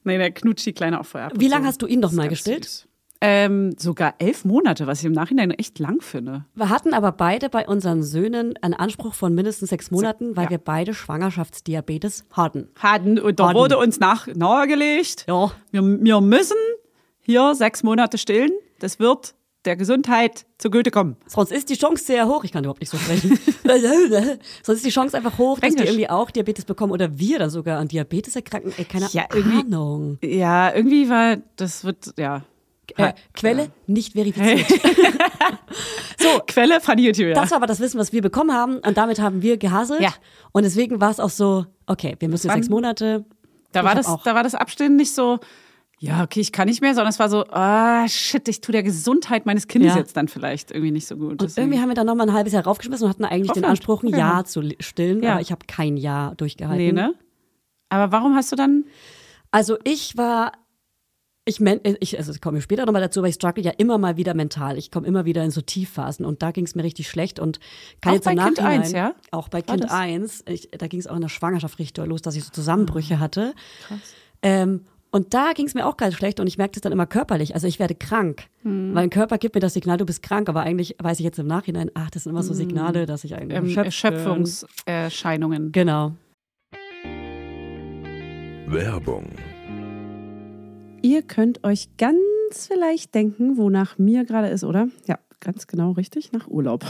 B: Nee, der knutscht die Kleine auch vorher ab.
A: Wie
B: und
A: lange
B: so.
A: hast du ihn noch
B: Ist
A: mal
B: ganz
A: gestillt?
B: süß. Ähm, sogar elf Monate, was ich im Nachhinein echt lang finde.
A: Wir hatten aber beide bei unseren Söhnen einen Anspruch von mindestens sechs Monaten, weil
B: ja.
A: wir beide Schwangerschaftsdiabetes hatten.
B: Hatten, und da
A: Hatten.
B: wurde uns nach, nahegelegt,
A: Ja.
B: wir, wir müssen hier sechs Monate stillen. Das wird der Gesundheit zugute kommen.
A: Sonst ist die Chance sehr hoch, ich kann überhaupt nicht so sprechen. Sonst ist die Chance einfach hoch, dass die
B: Englisch.
A: irgendwie auch Diabetes bekommen oder wir dann sogar an Diabetes erkranken. Ey, keine
B: Ja, irgendwie-
A: Ahnung.
B: Ja, irgendwie war das wird ja
A: Äh, Quelle nicht verifiziert. so,
B: Quelle Fanny YouTube. Ja.
A: das war aber das Wissen, was wir bekommen haben und damit haben wir gehasselt.
B: Ja.
A: Und deswegen war es auch so, okay, wir müssen jetzt
B: waren-
A: sechs Monate.
B: da war
A: Ich hab
B: das da war das Abstillen nicht so ja, okay, ich kann nicht mehr, sondern es war so, ah, shit, ich tue der Gesundheit meines Kindes
A: Ja.
B: jetzt dann vielleicht irgendwie nicht so gut.
A: Und irgendwie haben wir dann nochmal ein halbes Jahr raufgeschmissen und hatten eigentlich den
B: Hoffentlich,
A: Anspruch, ein
B: ja.
A: Jahr zu li- stillen,
B: Ja.
A: aber ich habe kein Jahr durchgehalten.
B: nee, ne? Aber warum hast du dann
A: Also ich war, ich, men, ich also ich komme später nochmal dazu, weil ich struggle ja immer mal wieder mental. Ich komme immer wieder in so Tiefphasen und da ging es mir richtig schlecht und kann
B: Auch
A: jetzt
B: bei
A: im
B: Kind
A: Nachhinein,
B: eins, ja?
A: auch bei
B: War
A: Kind
B: das?
A: 1, ich, da ging es auch in der Schwangerschaft richtig doll los, dass ich so
B: Ah.
A: Zusammenbrüche hatte. Ähm, und da ging es mir auch ganz schlecht und ich merkte es dann immer körperlich. Also ich werde krank.
B: Hm.
A: Mein Körper gibt mir das Signal, du bist krank, aber eigentlich weiß ich jetzt im Nachhinein, ach, das sind immer so Signale, dass ich eigentlich
B: Hm. ähm,
A: erschöpft bin.
B: Erschöpfungserscheinungen?
A: Genau.
C: Werbung,
B: Ihr könnt euch ganz vielleicht denken, wonach mir gerade ist, oder? Ja, ganz genau richtig, nach Urlaub.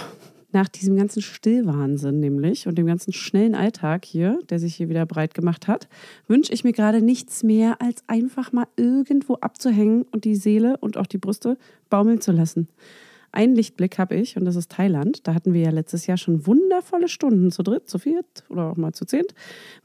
B: Nach diesem ganzen Stillwahnsinn nämlich und dem ganzen schnellen Alltag hier, der sich hier wieder breit gemacht hat, wünsche ich mir gerade nichts mehr, als einfach mal irgendwo abzuhängen und die Seele und auch die Brüste baumeln zu lassen. Einen Lichtblick habe ich und das ist Thailand. Da hatten wir ja letztes Jahr schon wundervolle Stunden zu dritt, zu viert oder auch mal zu zehnt,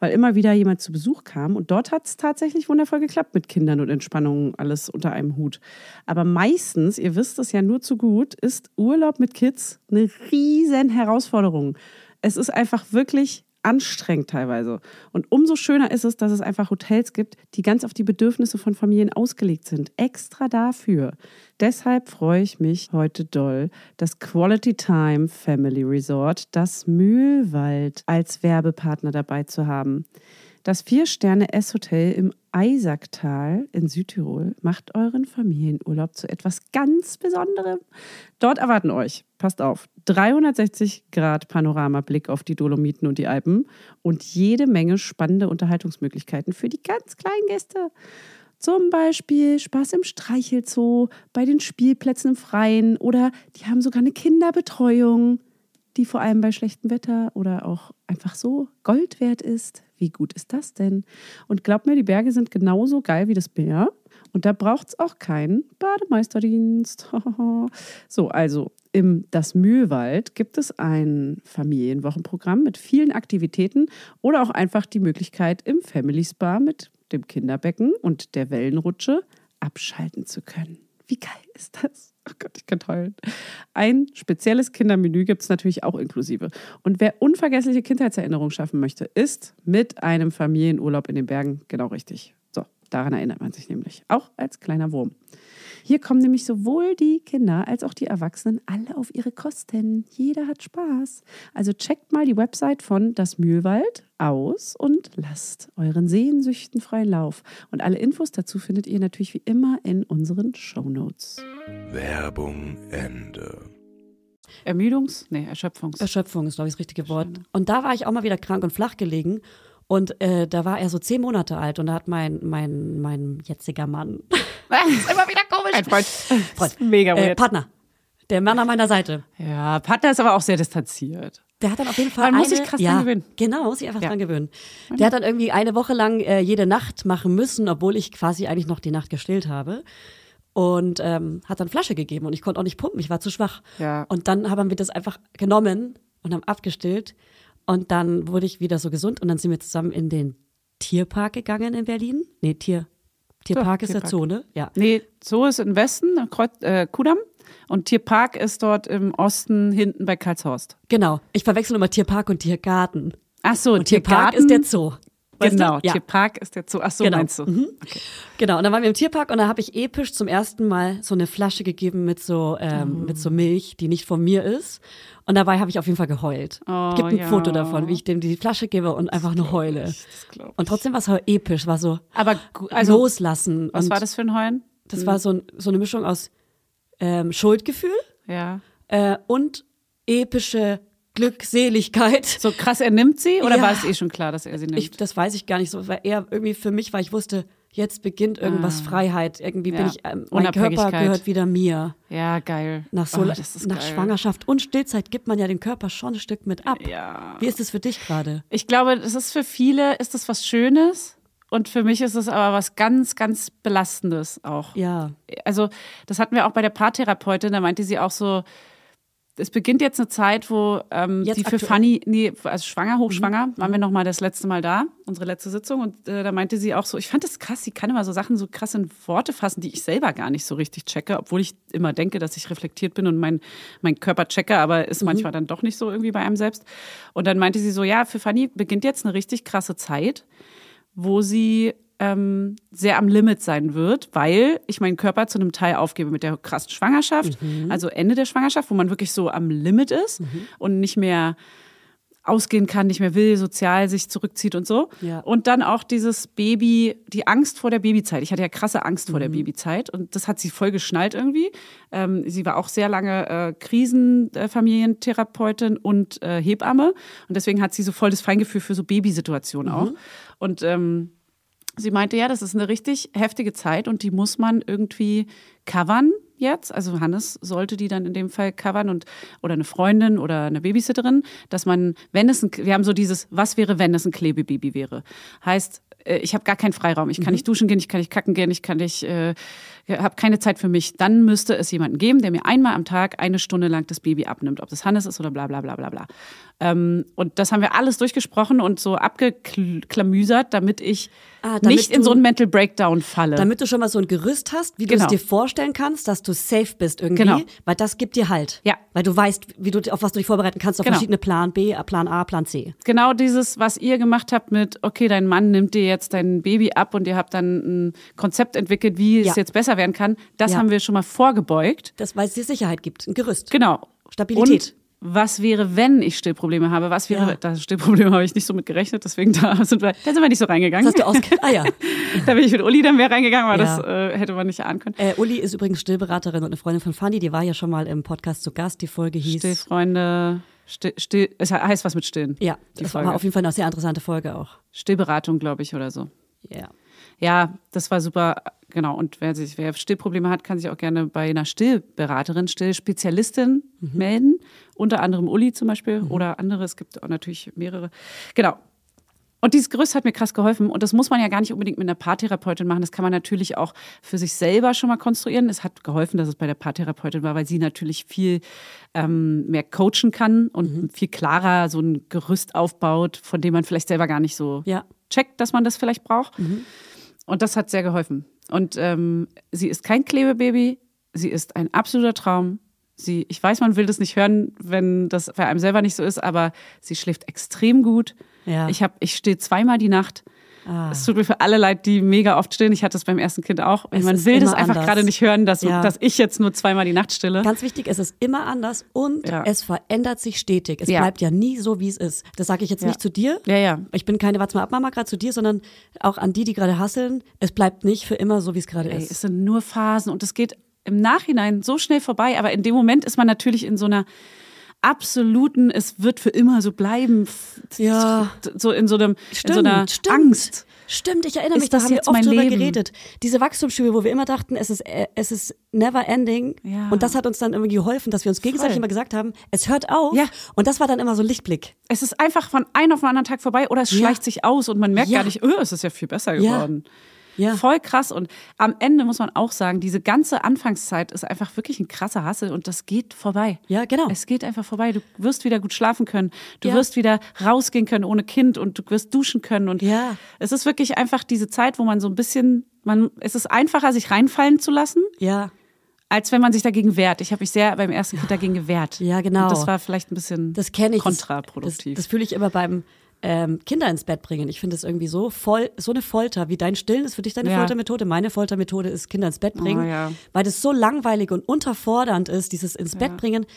B: weil immer wieder jemand zu Besuch kam. Und dort hat es tatsächlich wundervoll geklappt mit Kindern und Entspannung, alles unter einem Hut. Aber meistens, ihr wisst es ja nur zu gut, ist Urlaub mit Kids eine riesen Herausforderung. Es ist einfach wirklich anstrengend teilweise. Und umso schöner ist es, dass es einfach Hotels gibt, die ganz auf die Bedürfnisse von Familien ausgelegt sind. Extra dafür. Deshalb freue ich mich heute doll, das Quality Time Family Resort, das Mühlwald, als Werbepartner dabei zu haben. Das Vier-Sterne-S-Hotel im Eisacktal in Südtirol macht euren Familienurlaub zu etwas ganz Besonderem. Dort erwarten euch, passt auf, 360 Grad Panoramablick auf die Dolomiten und die Alpen und jede Menge spannende Unterhaltungsmöglichkeiten für die ganz kleinen Gäste. Zum Beispiel Spaß im Streichelzoo, bei den Spielplätzen im Freien oder die haben sogar eine Kinderbetreuung, die vor allem bei schlechtem Wetter oder auch einfach so Gold wert ist. Wie gut ist das denn? Und glaubt mir, die Berge sind genauso geil wie das Meer. Und da braucht es auch keinen Bademeisterdienst. so, also im Das Mühlwald gibt es ein Familienwochenprogramm mit vielen Aktivitäten oder auch einfach die Möglichkeit, im Family Spa mit dem Kinderbecken und der Wellenrutsche abschalten zu können. Wie geil ist das? Oh Gott, ich könnte heulen. Ein spezielles Kindermenü gibt es natürlich auch inklusive. Und wer unvergessliche Kindheitserinnerungen schaffen möchte, ist mit einem Familienurlaub in den Bergen genau richtig. So, daran erinnert man sich nämlich, auch als kleiner Wurm. Hier kommen nämlich sowohl die Kinder als auch die Erwachsenen alle auf ihre Kosten. Jeder hat Spaß. Also checkt mal die Website von Das Mühlwald aus und lasst euren Sehnsüchten freien Lauf. Und alle Infos dazu findet ihr natürlich wie immer in unseren Shownotes.
C: Werbung Ende.
B: Ermüdungs-, nee, Erschöpfungs-,
A: Erschöpfung ist, glaube ich, das richtige Wort. Und da war ich auch mal wieder krank und flach gelegen. Und äh, da war er so zehn Monate alt und da hat mein, mein, mein jetziger Mann,
B: immer wieder komisch. Ein Freund.
A: Freund.
B: Mega
A: äh,
B: weird.
A: Partner, der Mann an meiner Seite,
B: ja, Partner ist aber auch sehr distanziert.
A: der hat dann auf jeden Fall.
B: Man muss
A: eine,
B: sich krass
A: ja,
B: dran gewöhnen.
A: Genau, muss ich einfach
B: Ja.
A: dran gewöhnen. Der hat dann irgendwie eine Woche lang äh, jede Nacht machen müssen, obwohl ich quasi eigentlich noch die Nacht gestillt habe. Und ähm, hat dann Flasche gegeben und ich konnte auch nicht pumpen, ich war zu schwach.
B: Ja.
A: Und dann haben wir das einfach genommen und haben abgestillt. Und dann wurde ich wieder so gesund und dann sind wir zusammen in den Tierpark gegangen in Berlin. Nee, Tier. Tierpark ist der
B: Tierpark.
A: Zone, ja.
B: Nee, Zoo ist im Westen, am Kreuz, äh, Kudamm. Und Tierpark ist dort im Osten, hinten bei Karlshorst.
A: Genau. Ich verwechsel immer Tierpark und Tiergarten.
B: Ach so,
A: Und Tierpark ist der Zoo. Weißt
B: Genau,
A: du? Ja.
B: Tierpark ist der Zoo. Ach so,
A: Genau.
B: meinst du.
A: Genau, und dann waren wir im Tierpark und da habe ich episch zum ersten Mal so eine Flasche gegeben mit so,
B: Oh.
A: ähm, mit so Milch, die nicht von mir ist. Und dabei habe ich auf jeden Fall geheult.
B: Oh,
A: Gibt ein
B: ja.
A: Foto davon, wie ich dem die Flasche gebe und einfach nur heule.
B: Ich- Das glaub ich.
A: Und trotzdem war es so episch, war so
B: Aber gu- also,
A: loslassen.
B: was
A: und
B: war das für ein Heulen?
A: Das war so, ein, so eine Mischung aus ähm, Schuldgefühl
B: Ja.
A: äh, und epische Glückseligkeit.
B: So krass, er nimmt sie oder
A: Ja.
B: war es eh schon klar, dass er sie nimmt?
A: Ich, das weiß ich gar nicht so. Es war eher irgendwie für mich, weil ich wusste, jetzt beginnt irgendwas Freiheit. Irgendwie bin
B: Ah. Ja.
A: ich, ähm, mein Körper
B: Unabhängigkeit.
A: gehört wieder mir.
B: ja, geil.
A: Nach, so,
B: Oh,
A: nach
B: das ist geil.
A: Schwangerschaft und Stillzeit gibt man ja dem Körper schon ein Stück mit ab.
B: Ja.
A: Wie ist es für dich gerade?
B: Ich glaube, das ist für viele ist das was Schönes und für mich ist es aber was ganz, ganz Belastendes auch.
A: Ja.
B: Also das hatten wir auch bei der Paartherapeutin, da meinte sie auch so, es beginnt jetzt eine Zeit, wo ähm,
A: Jetzt
B: die für
A: aktuell? Mhm.
B: Fanny, nee, also schwanger, hochschwanger, waren wir nochmal das letzte Mal da, unsere letzte Sitzung und äh, da meinte sie auch so, ich fand das krass, sie kann immer so Sachen so krass in Worte fassen, die ich selber gar nicht so richtig checke, obwohl ich immer denke, dass ich reflektiert bin und mein, mein Körper checke, aber
A: Mhm.
B: ist manchmal dann doch nicht so irgendwie bei einem selbst. Und dann meinte sie so, ja, für Fanny beginnt jetzt eine richtig krasse Zeit, wo sie ähm, sehr am Limit sein wird, weil ich meinen Körper zu einem Teil aufgebe mit der krassen Schwangerschaft, also Ende der Schwangerschaft, wo man wirklich so am Limit ist und nicht mehr ausgehen kann, nicht mehr will, sozial sich zurückzieht und so.
A: Ja.
B: Und dann auch dieses Baby, die Angst vor der Babyzeit. Ich hatte ja krasse Angst vor der Babyzeit und das hat sie voll geschnallt irgendwie. Ähm, sie war auch sehr lange äh, Krisenfamilientherapeutin und äh, Hebamme und deswegen hat sie so voll das Feingefühl für so Babysituationen auch. Und ähm, sie meinte, ja, das ist eine richtig heftige Zeit und die muss man irgendwie covern jetzt. Also Hannes sollte die dann in dem Fall covern und oder eine Freundin oder eine Babysitterin, dass man, wenn es ein, wir haben so dieses, was wäre, wenn es ein Klebebaby wäre. Heißt, äh, ich habe gar keinen Freiraum. Ich kann nicht duschen gehen, ich kann nicht kacken gehen, ich kann nicht, äh, habe keine Zeit für mich. Dann müsste es jemanden geben, der mir einmal am Tag eine Stunde lang das Baby abnimmt, ob das Hannes ist oder bla bla bla bla bla. Ähm, und das haben wir alles durchgesprochen und so abgeklamüsert, damit ich
A: Ah, damit
B: nicht in
A: du-
B: so einen Mental Breakdown falle.
A: Damit du schon mal so ein Gerüst hast, wie du
B: Genau.
A: es dir vorstellen kannst, dass du safe bist irgendwie,
B: Genau.
A: weil das gibt dir Halt.
B: Ja.
A: Weil du weißt, wie du auf was du dich vorbereiten kannst, auf
B: Genau.
A: verschiedene Plan B, äh, Plan A, Plan C.
B: genau dieses, was ihr gemacht habt mit, okay, dein Mann nimmt dir jetzt dein Baby ab und ihr habt dann ein Konzept entwickelt, wie
A: Ja.
B: es jetzt besser werden kann, das
A: Ja.
B: haben wir schon mal vorgebeugt.
A: Das, weil es dir Sicherheit gibt, ein Gerüst.
B: Genau.
A: Stabilität.
B: Und was wäre, wenn ich Stillprobleme habe? Was wäre,
A: Ja.
B: das Stillproblem habe ich nicht so mit gerechnet, deswegen da sind wir, da sind wir nicht so reingegangen.
A: Das hast du ausge- Ah, ja.
B: da bin ich mit Uli dann mehr reingegangen, aber
A: Ja.
B: das äh, hätte man nicht ahnen können.
A: Äh, Uli ist übrigens Stillberaterin und eine Freundin von Fanny, die war ja schon mal im Podcast zu Gast, die Folge hieß.
B: Stillfreunde, still, still, es heißt was mit Stillen.
A: Ja,
B: die
A: das
B: Folge.
A: war auf jeden Fall eine sehr interessante Folge auch.
B: Stillberatung, glaube ich, oder so.
A: Ja.
B: Ja, das war super. Genau. Und wer, sich, wer Stillprobleme hat, kann sich auch gerne bei einer Stillberaterin, Stillspezialistin melden. Unter anderem Uli zum Beispiel oder andere. Es gibt auch natürlich mehrere. Genau. Und dieses Gerüst hat mir krass geholfen. Und das muss man ja gar nicht unbedingt mit einer Paartherapeutin machen. Das kann man natürlich auch für sich selber schon mal konstruieren. Es hat geholfen, dass es bei der Paartherapeutin war, weil sie natürlich viel ähm, mehr coachen kann und viel klarer so ein Gerüst aufbaut, von dem man vielleicht selber gar nicht so
A: Ja.
B: checkt, dass man das vielleicht braucht. Und das hat sehr geholfen. Und ähm, sie ist kein Klebebaby, sie ist ein absoluter Traum. Sie, ich weiß, man will das nicht hören, wenn das bei einem selber nicht so ist, aber sie schläft extrem gut.
A: Ja.
B: Ich, hab- ich stehe zweimal die Nacht.
A: Ah.
B: Es tut mir für alle leid, die mega oft stillen. Ich hatte es beim ersten Kind auch.
A: Es
B: man
A: ist
B: will das
A: immer
B: einfach
A: anders.
B: gerade nicht hören, dass,
A: Ja.
B: dass ich jetzt nur zweimal die Nacht stille.
A: Ganz wichtig, es ist immer anders und
B: Ja.
A: es verändert sich stetig. Es
B: Ja.
A: bleibt ja nie so, wie es ist. Das sage ich jetzt
B: Ja.
A: nicht zu dir.
B: Ja, ja.
A: Ich bin keine Warte mal ab, Mama, gerade zu dir, sondern auch an die, die gerade hasseln. Es bleibt nicht für immer so, wie es gerade
B: Ey,
A: ist.
B: es sind nur Phasen und es geht im Nachhinein so schnell vorbei, aber in dem Moment ist man natürlich in so einer absoluten, es wird für immer so bleiben, f-
A: Ja.
B: so in so einem, in so einer Angst.
A: Stimmt, ich erinnere
B: Ist
A: mich, da
B: das
A: haben wir
B: jetzt
A: oft
B: mein
A: drüber
B: Leben?
A: geredet. Diese Wachstumsschübe, wo wir immer dachten, es ist, äh, es ist never ending.
B: Ja.
A: Und das hat uns dann irgendwie geholfen, dass wir uns gegenseitig
B: Voll.
A: immer gesagt haben, es hört auf.
B: Ja.
A: Und das war dann immer so ein Lichtblick.
B: Es ist einfach von einem auf den anderen Tag vorbei oder es schleicht sich aus und man merkt
A: Ja.
B: gar nicht, öh, es ist ja viel besser
A: Ja.
B: geworden.
A: Ja.
B: Voll krass. Und am Ende muss man auch sagen, diese ganze Anfangszeit ist einfach wirklich ein krasser Hassel und das geht vorbei.
A: Ja, genau.
B: Es geht einfach vorbei. Du wirst wieder gut schlafen können. Du
A: Ja.
B: wirst wieder rausgehen können ohne Kind und du wirst duschen können. Und
A: Ja.
B: es ist wirklich einfach diese Zeit, wo man so ein bisschen, man, es ist einfacher, sich reinfallen zu lassen,
A: Ja.
B: als wenn man sich dagegen wehrt. Ich habe mich sehr beim ersten Kind dagegen gewehrt.
A: Ja, genau.
B: Und das war vielleicht ein bisschen
A: Das kenne ich. Das-
B: kontraproduktiv.
A: Das, das fühle ich immer beim ähm, Kinder ins Bett bringen. Ich finde es irgendwie so voll, so eine Folter, wie dein Stillen ist für dich deine
B: Ja. Oh,
A: Foltermethode. Meine Foltermethode ist Kinder ins Bett bringen,
B: ja.
A: weil das so langweilig und unterfordernd ist, dieses ins Bett bringen,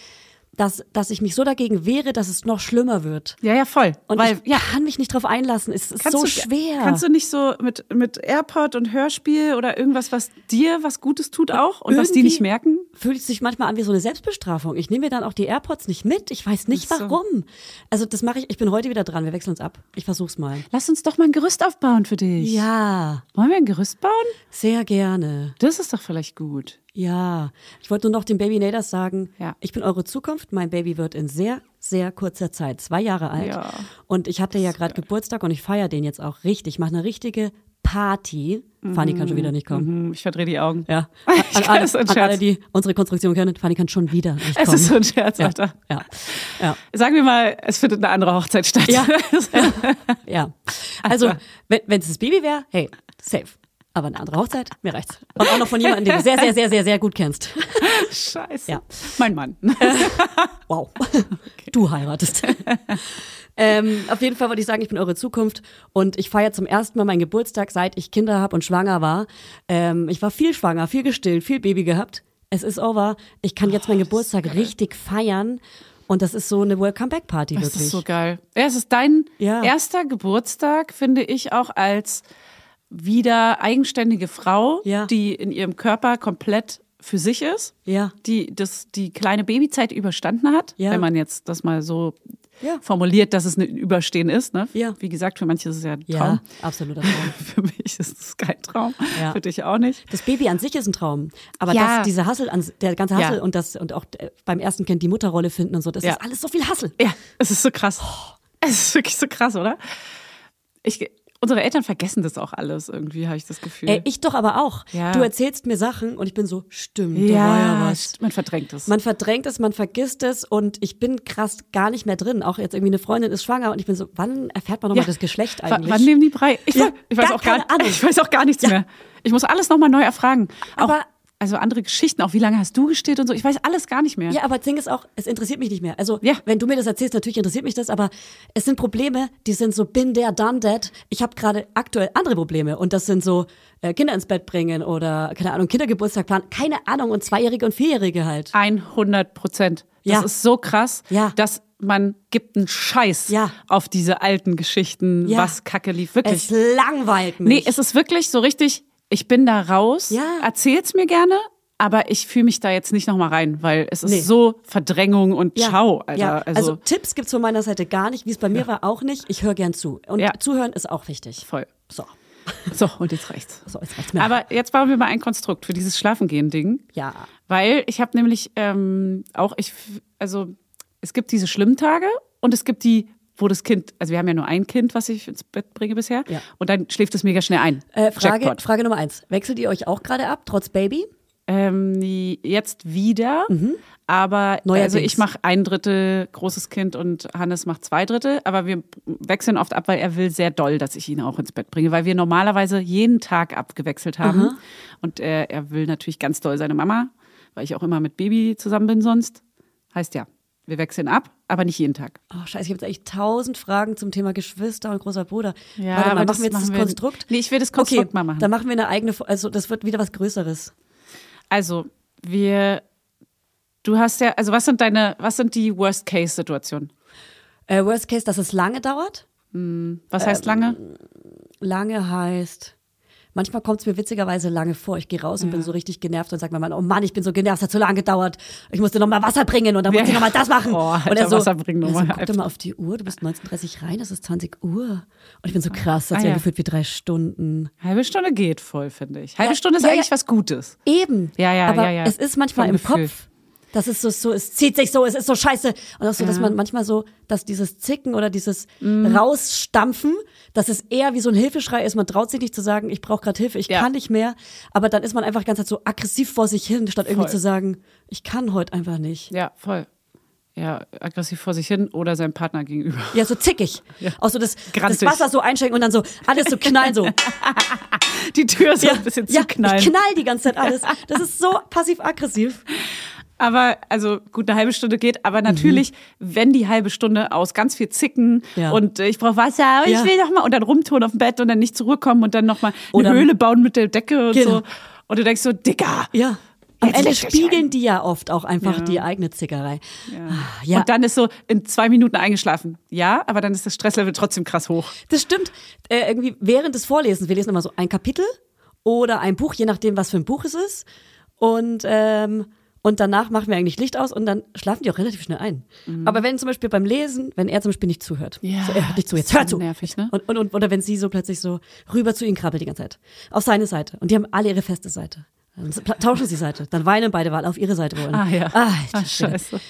A: dass, dass ich mich so dagegen wehre, dass es noch schlimmer wird.
B: ja, ja, voll.
A: Und
B: Weil,
A: ich kann mich nicht drauf einlassen. Es ist so
B: du,
A: schwer.
B: Kannst du nicht so mit, mit AirPod und Hörspiel oder irgendwas, was dir was Gutes tut auch und was die
A: Irgendwie
B: nicht merken?
A: Fühlt es sich manchmal an wie so eine Selbstbestrafung. Ich nehme mir dann auch die AirPods nicht mit. Ich weiß nicht
B: Ach so.
A: warum. Also das mache ich. Ich bin heute wieder dran. Wir wechseln uns ab. Ich versuch's mal.
B: Lass uns doch mal ein Gerüst aufbauen für dich.
A: Ja,
B: Wollen wir ein Gerüst bauen?
A: sehr gerne.
B: Das ist doch vielleicht gut.
A: Ja, ich wollte nur noch dem Baby Naders sagen,
B: Ja.
A: ich bin eure Zukunft, mein Baby wird in sehr, sehr kurzer Zeit, zwei Jahre alt.
B: Ja.
A: Und ich hatte ja gerade Geburtstag und ich feiere den jetzt auch richtig, mache eine richtige Party. Fanny kann schon wieder nicht kommen.
B: Hm, Ich verdrehe die Augen.
A: Ja,
B: Mhm. Ich
A: an,
B: kann-
A: alle,
B: das ist ein
A: an alle,
B: Scherz.
A: die unsere Konstruktion kennen, Fanny kann schon wieder nicht
B: Es
A: kommen.
B: ist so ein Scherz,
A: ja.
B: Alter.
A: Ja, ja,
B: Sagen wir mal, es findet eine andere Hochzeit statt.
A: Ja. ja. Also, wenn es das Baby wäre, hey, safe. Aber eine andere Hochzeit, mir reicht's. Und auch noch von jemandem, den du sehr, sehr, sehr, sehr, sehr gut kennst.
B: Scheiße.
A: Ja.
B: Mein Mann.
A: Wow. Du heiratest. ähm, auf jeden Fall wollte ich sagen, ich bin eure Zukunft und ich feiere zum ersten Mal meinen Geburtstag, seit ich Kinder habe und schwanger war. Ähm, ich war viel schwanger, viel gestillt, viel Baby gehabt. Es ist over. Ich kann jetzt meinen
B: Oh,
A: Geburtstag richtig feiern und das ist so eine Welcome-Back-Party
B: Das
A: wirklich.
B: ist so geil. Ja, es ist dein
A: Ja.
B: erster Geburtstag, finde ich, auch als wieder eigenständige Frau,
A: Ja.
B: die in ihrem Körper komplett für sich ist,
A: Ja.
B: die das, die kleine Babyzeit überstanden hat,
A: Ja.
B: wenn man jetzt das mal so
A: Ja.
B: formuliert, dass es ein Überstehen ist. Ne?
A: Ja.
B: Wie gesagt, für manche ist es ja ein Traum.
A: ja, absoluter Traum.
B: Für mich ist es kein Traum,
A: Ja.
B: für dich auch nicht.
A: Das Baby an sich ist ein Traum, aber
B: Ja.
A: das, diese Hassel, an- der ganze Hassel
B: Ja.
A: und das und auch äh, beim ersten Kind die Mutterrolle finden und so, das
B: Ja.
A: ist alles so viel Hassel.
B: Ja, es ist so krass. Es ist wirklich so krass, oder? Ich, unsere Eltern vergessen das auch alles irgendwie, habe ich das Gefühl.
A: Ey, ich doch aber auch.
B: Ja.
A: Du erzählst mir Sachen und ich bin so, stimmt, da war ja
B: ja,
A: was.
B: st- man verdrängt es.
A: Man verdrängt es, man vergisst es und ich bin krass gar nicht mehr drin. Auch jetzt irgendwie eine Freundin ist schwanger und ich bin so, wann erfährt man nochmal
B: Ja.
A: mal das Geschlecht
B: Wa-
A: eigentlich?
B: Wann nehmen die Brei? Ich,
A: Ja,
B: weiß- ich, weiß,
A: gar
B: auch gar,
A: keine Ahnung.
B: ich weiß auch gar nichts mehr. Ich muss alles nochmal neu erfragen. Auch,
A: Aber-
B: also andere Geschichten, auch wie lange hast du gestillt und so. Ich weiß alles gar nicht mehr.
A: ja, aber das Ding ist auch, es interessiert mich nicht mehr. Also,
B: Ja.
A: wenn du mir das erzählst, natürlich interessiert mich das, aber es sind Probleme, die sind so bin there, done that. Ich habe gerade aktuell andere Probleme und das sind so äh, Kinder ins Bett bringen oder, keine Ahnung, Kindergeburtstag planen. Keine Ahnung, und Zweijährige und Vierjährige
B: Ah,
A: halt.
B: 100 Prozent. Das
A: Ja.
B: ist so krass,
A: Ja.
B: dass man gibt einen Scheiß
A: Ja.
B: auf diese alten Geschichten,
A: Ja.
B: was Kacke lief. Wirklich.
A: Es langweilt
B: Nee,
A: mich.
B: es ist wirklich so richtig, ich bin da raus,
A: Ja.
B: erzähl's mir gerne, aber ich fühle mich da jetzt nicht nochmal rein, weil es ist
A: Nee.
B: so Verdrängung und Ciao, Alter.
A: Ja.
B: Also,
A: Also, Tipps gibt's von meiner Seite gar nicht, wie es bei mir war auch nicht. Ich höre gern zu. Und
B: Ja.
A: zuhören ist auch wichtig.
B: voll.
A: So,
B: So, und jetzt reicht's.
A: so jetzt reicht's mir.
B: Aber jetzt bauen wir mal ein Konstrukt für dieses Schlafengehen-Ding.
A: ja.
B: Weil ich habe nämlich ähm, auch, ich, f- also es gibt diese schlimmen Tage und es gibt die wo das Kind, also wir haben ja nur ein Kind, was ich ins Bett bringe bisher.
A: Ja.
B: Und dann schläft es mega schnell ein.
A: Äh, Frage,
B: Jackpot.
A: Frage Nummer eins. Wechselt ihr euch auch gerade ab, trotz Baby?
B: Ähm, die- jetzt wieder, aber
A: Mhm. Neuerdings.
B: also ich mache ein Drittel großes Kind und Hannes macht zwei Drittel, aber wir wechseln oft ab, weil er will sehr doll, dass ich ihn auch ins Bett bringe, weil wir normalerweise jeden Tag abgewechselt haben und äh, er will natürlich ganz doll seine Mama, weil ich auch immer mit Baby zusammen bin sonst. Heißt ja, wir wechseln ab, aber nicht jeden Tag.
A: Oh, scheiße, ich habe jetzt eigentlich tausend Fragen zum Thema Geschwister und großer Bruder.
B: Ja,
A: Warte mal,
B: aber
A: machen
B: das
A: wir jetzt das
B: machen wir-
A: Konstrukt?
B: Nee, ich will das Konstrukt
A: okay,
B: mal machen.
A: Dann machen wir eine eigene, Fo- also das wird wieder was Größeres.
B: Also, wir du hast ja, also was sind deine was sind die Worst Case Situationen?
A: Äh, worst case, dass es lange dauert.
B: Was
A: Ähm,
B: heißt lange?
A: Lange heißt, manchmal kommt es mir witzigerweise lange vor. Ich gehe raus und bin so richtig genervt und sage meinem Mann, oh Mann, ich bin so genervt, es hat so lange gedauert. Ich musste nochmal Wasser bringen und dann
B: Ja,
A: musste ich nochmal
B: ja.
A: das machen.
B: Oh, Alter,
A: und er so,
B: Wasser bringen,
A: er so,
B: nochmal.
A: guck doch mal auf die Uhr, du bist 19.30 rein, es ist 20 Uhr. Und ich bin so krass, das hat
B: Ah,
A: sich
B: ja.
A: angefühlt wie drei Stunden.
B: Halbe Stunde geht voll, finde ich. Halbe
A: Ja,
B: Stunde ist
A: ja,
B: eigentlich
A: ja.
B: was Gutes.
A: Eben.
B: Ja, ja,
A: Aber
B: ja, ja.
A: es ist manchmal
B: Vom
A: im
B: Gefühl.
A: Kopf. Das ist so, so, es zieht sich so, es ist so scheiße. Und auch so, dass man manchmal so, dass dieses Zicken oder dieses
B: Mhm.
A: Rausstampfen, dass es eher wie so ein Hilfeschrei ist. Man traut sich nicht zu sagen, ich brauche gerade Hilfe, ich
B: Ja.
A: kann nicht mehr. Aber dann ist man einfach ganz so aggressiv vor sich hin, statt irgendwie
B: Voll.
A: zu sagen, ich kann heute einfach nicht.
B: Ja, voll. Ja, aggressiv vor sich hin oder seinem Partner gegenüber.
A: Ja, so zickig. Auch so das, das
B: Grantig.
A: Wasser so einschenken und dann so alles so knallen, so.
B: Die Tür so ein bisschen
A: ja,
B: zu knallen.
A: ich knall die ganze Zeit alles. Das ist so passiv-aggressiv.
B: aber also gut, eine halbe Stunde geht. Aber natürlich, wenn die halbe Stunde aus ganz viel Zicken
A: Ja.
B: und äh, ich brauche Wasser, aber
A: Ja.
B: ich will noch mal und dann rumtun auf dem Bett und dann nicht zurückkommen und dann nochmal eine
A: Oder-
B: Höhle bauen mit der Decke und
A: Genau.
B: so. Und du denkst so, Digga.
A: Ja. Am
B: Jetzt
A: Ende
B: leckt euch
A: spiegeln die ja oft auch einfach
B: Ja.
A: die eigene Zickerei. Ah, ja
B: Und dann ist so in zwei Minuten eingeschlafen. Ja, aber dann ist das Stresslevel trotzdem krass hoch.
A: das stimmt. Äh, irgendwie während des Vorlesens, wir lesen immer so ein Kapitel oder ein Buch, je nachdem, was für ein Buch es ist. Und, ähm, und danach machen wir eigentlich Licht aus und dann schlafen die auch relativ schnell ein. Aber wenn zum Beispiel beim Lesen, wenn er zum Beispiel nicht zuhört,
B: Mhm. Ja,
A: so, er hört nicht zu,
B: das
A: jetzt
B: ist
A: hör zu.
B: so nervig, ne?
A: und, und, und, oder wenn sie so plötzlich so rüber zu ihm krabbelt die ganze Zeit. Auf seine Seite. Und die haben alle ihre feste Seite. Dann tauschen sie Seite. Dann weinen beide, weil auf ihre Seite wollen.
B: Ah ja.
A: Alter
B: Ah,
A: Schwede.
B: scheiße.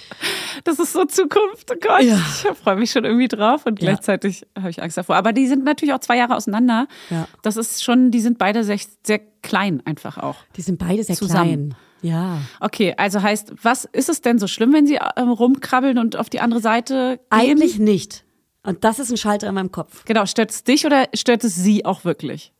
B: Das ist so Zukunft. Oh Gott,
A: Ja.
B: ich freue mich schon irgendwie drauf und
A: Ja.
B: gleichzeitig habe ich Angst davor. Aber die sind natürlich auch zwei Jahre auseinander.
A: Ja.
B: Das ist schon, die sind beide sehr, sehr klein einfach auch.
A: Die sind beide sehr
B: Zusammen.
A: klein. Ja.
B: Okay, also heißt, was ist es denn so schlimm, wenn sie ähm, rumkrabbeln und auf die andere Seite gehen?
A: Eigentlich nicht. Und das ist ein Schalter in meinem Kopf.
B: Genau, stört es dich oder stört es sie auch wirklich?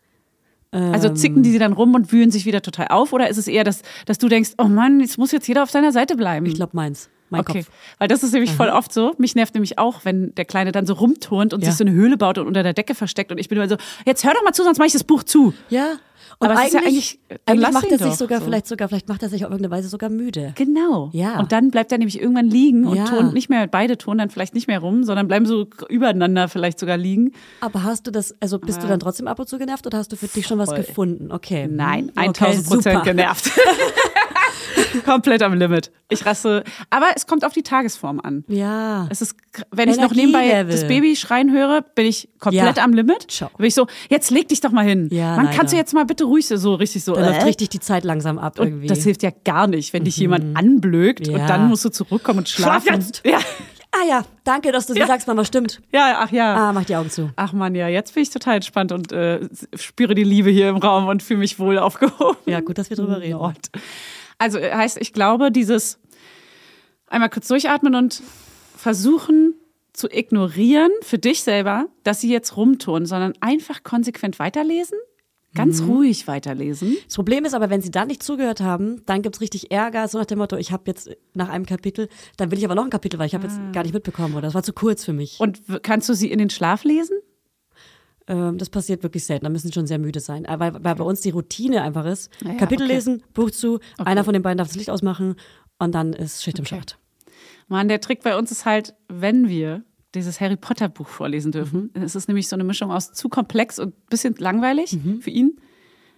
B: Also
A: Ähm.
B: zicken die sie dann rum und wühlen sich wieder total auf? Oder ist es eher, dass, dass du denkst, oh Mann, jetzt muss jetzt jeder auf seiner Seite bleiben?
A: Ich glaube meins. Mein
B: okay.
A: Kopf.
B: Weil das ist nämlich voll oft so. Mich nervt nämlich auch, wenn der Kleine dann so rumturnt und
A: Ja.
B: sich so eine Höhle baut und unter der Decke versteckt. Und ich bin immer so, jetzt hör doch mal zu, sonst mache ich das Buch zu.
A: Ja. Und
B: Aber es ist
A: eigentlich,
B: ja
A: eigentlich,
B: eigentlich- dann lass
A: macht
B: ihn
A: er sich
B: doch
A: sogar
B: so.
A: vielleicht sogar, vielleicht macht er sich auf irgendeine Weise sogar müde.
B: Genau.
A: Ja.
B: Und dann bleibt er nämlich irgendwann liegen und
A: Ja.
B: turnt nicht mehr, beide turnen dann vielleicht nicht mehr rum, sondern bleiben so übereinander vielleicht sogar liegen.
A: Aber hast du das, also bist du dann trotzdem ab und zu genervt oder hast du für dich schon was
B: Voll.
A: gefunden? Okay.
B: Nein,
A: Okay,
B: 1000 Prozent
A: super.
B: genervt. Komplett am Limit. Ich raste. Aber es kommt auf die Tagesform an.
A: Ja.
B: Es ist, kr- wenn ich noch nebenbei
A: Energielevel.
B: das Baby schreien höre, bin ich komplett
A: Ja.
B: am Limit.
A: Ciao.
B: Bin ich so, jetzt leg dich doch mal hin.
A: Ja,
B: Mann,
A: leider.
B: kannst du jetzt mal bitte ruhig so- so richtig so.
A: Da läuft
B: äh?
A: richtig die Zeit langsam ab irgendwie. Mhm.
B: Und das hilft ja gar nicht, wenn dich jemand anblökt
A: Ja.
B: und dann musst du zurückkommen und
A: Schlaf
B: schlafen.
A: jetzt!
B: Ja.
A: ah ja, danke, dass du mir
B: Ja.
A: sagst, Mama, stimmt.
B: ja, ach ja.
A: Ah, mach die Augen zu.
B: Ach man, ja, jetzt bin ich total entspannt und äh, spüre die Liebe hier im Raum und fühle mich wohl aufgehoben.
A: Ja, gut, dass wir drüber reden.
B: Lord. Also äh, heißt, ich glaube, dieses einmal kurz durchatmen und versuchen zu ignorieren für dich selber, dass sie jetzt rumtun, sondern einfach konsequent weiterlesen,
A: Mhm.
B: ganz ruhig weiterlesen.
A: Das Problem ist aber, wenn sie dann nicht zugehört haben, dann gibt's richtig Ärger, so nach dem Motto, ich habe jetzt nach einem Kapitel, dann will ich aber noch ein Kapitel, weil ich habe
B: Ah.
A: jetzt gar nicht mitbekommen oder das war zu kurz für mich.
B: Und w- kannst du sie in den Schlaf lesen?
A: Ähm, das passiert wirklich selten, da müssen sie schon sehr müde sein, Aber weil, weil bei uns die Routine einfach ist,
B: Ah ja,
A: Kapitel
B: okay.
A: lesen, Buch zu, einer von den beiden darf das Licht ausmachen und dann ist Schicht im Schacht.
B: Mann, der Trick bei uns ist halt, wenn wir dieses Harry Potter Buch
A: Mhm. Mhm.
B: vorlesen dürfen, es ist nämlich so eine Mischung aus zu komplex und bisschen langweilig für ihn,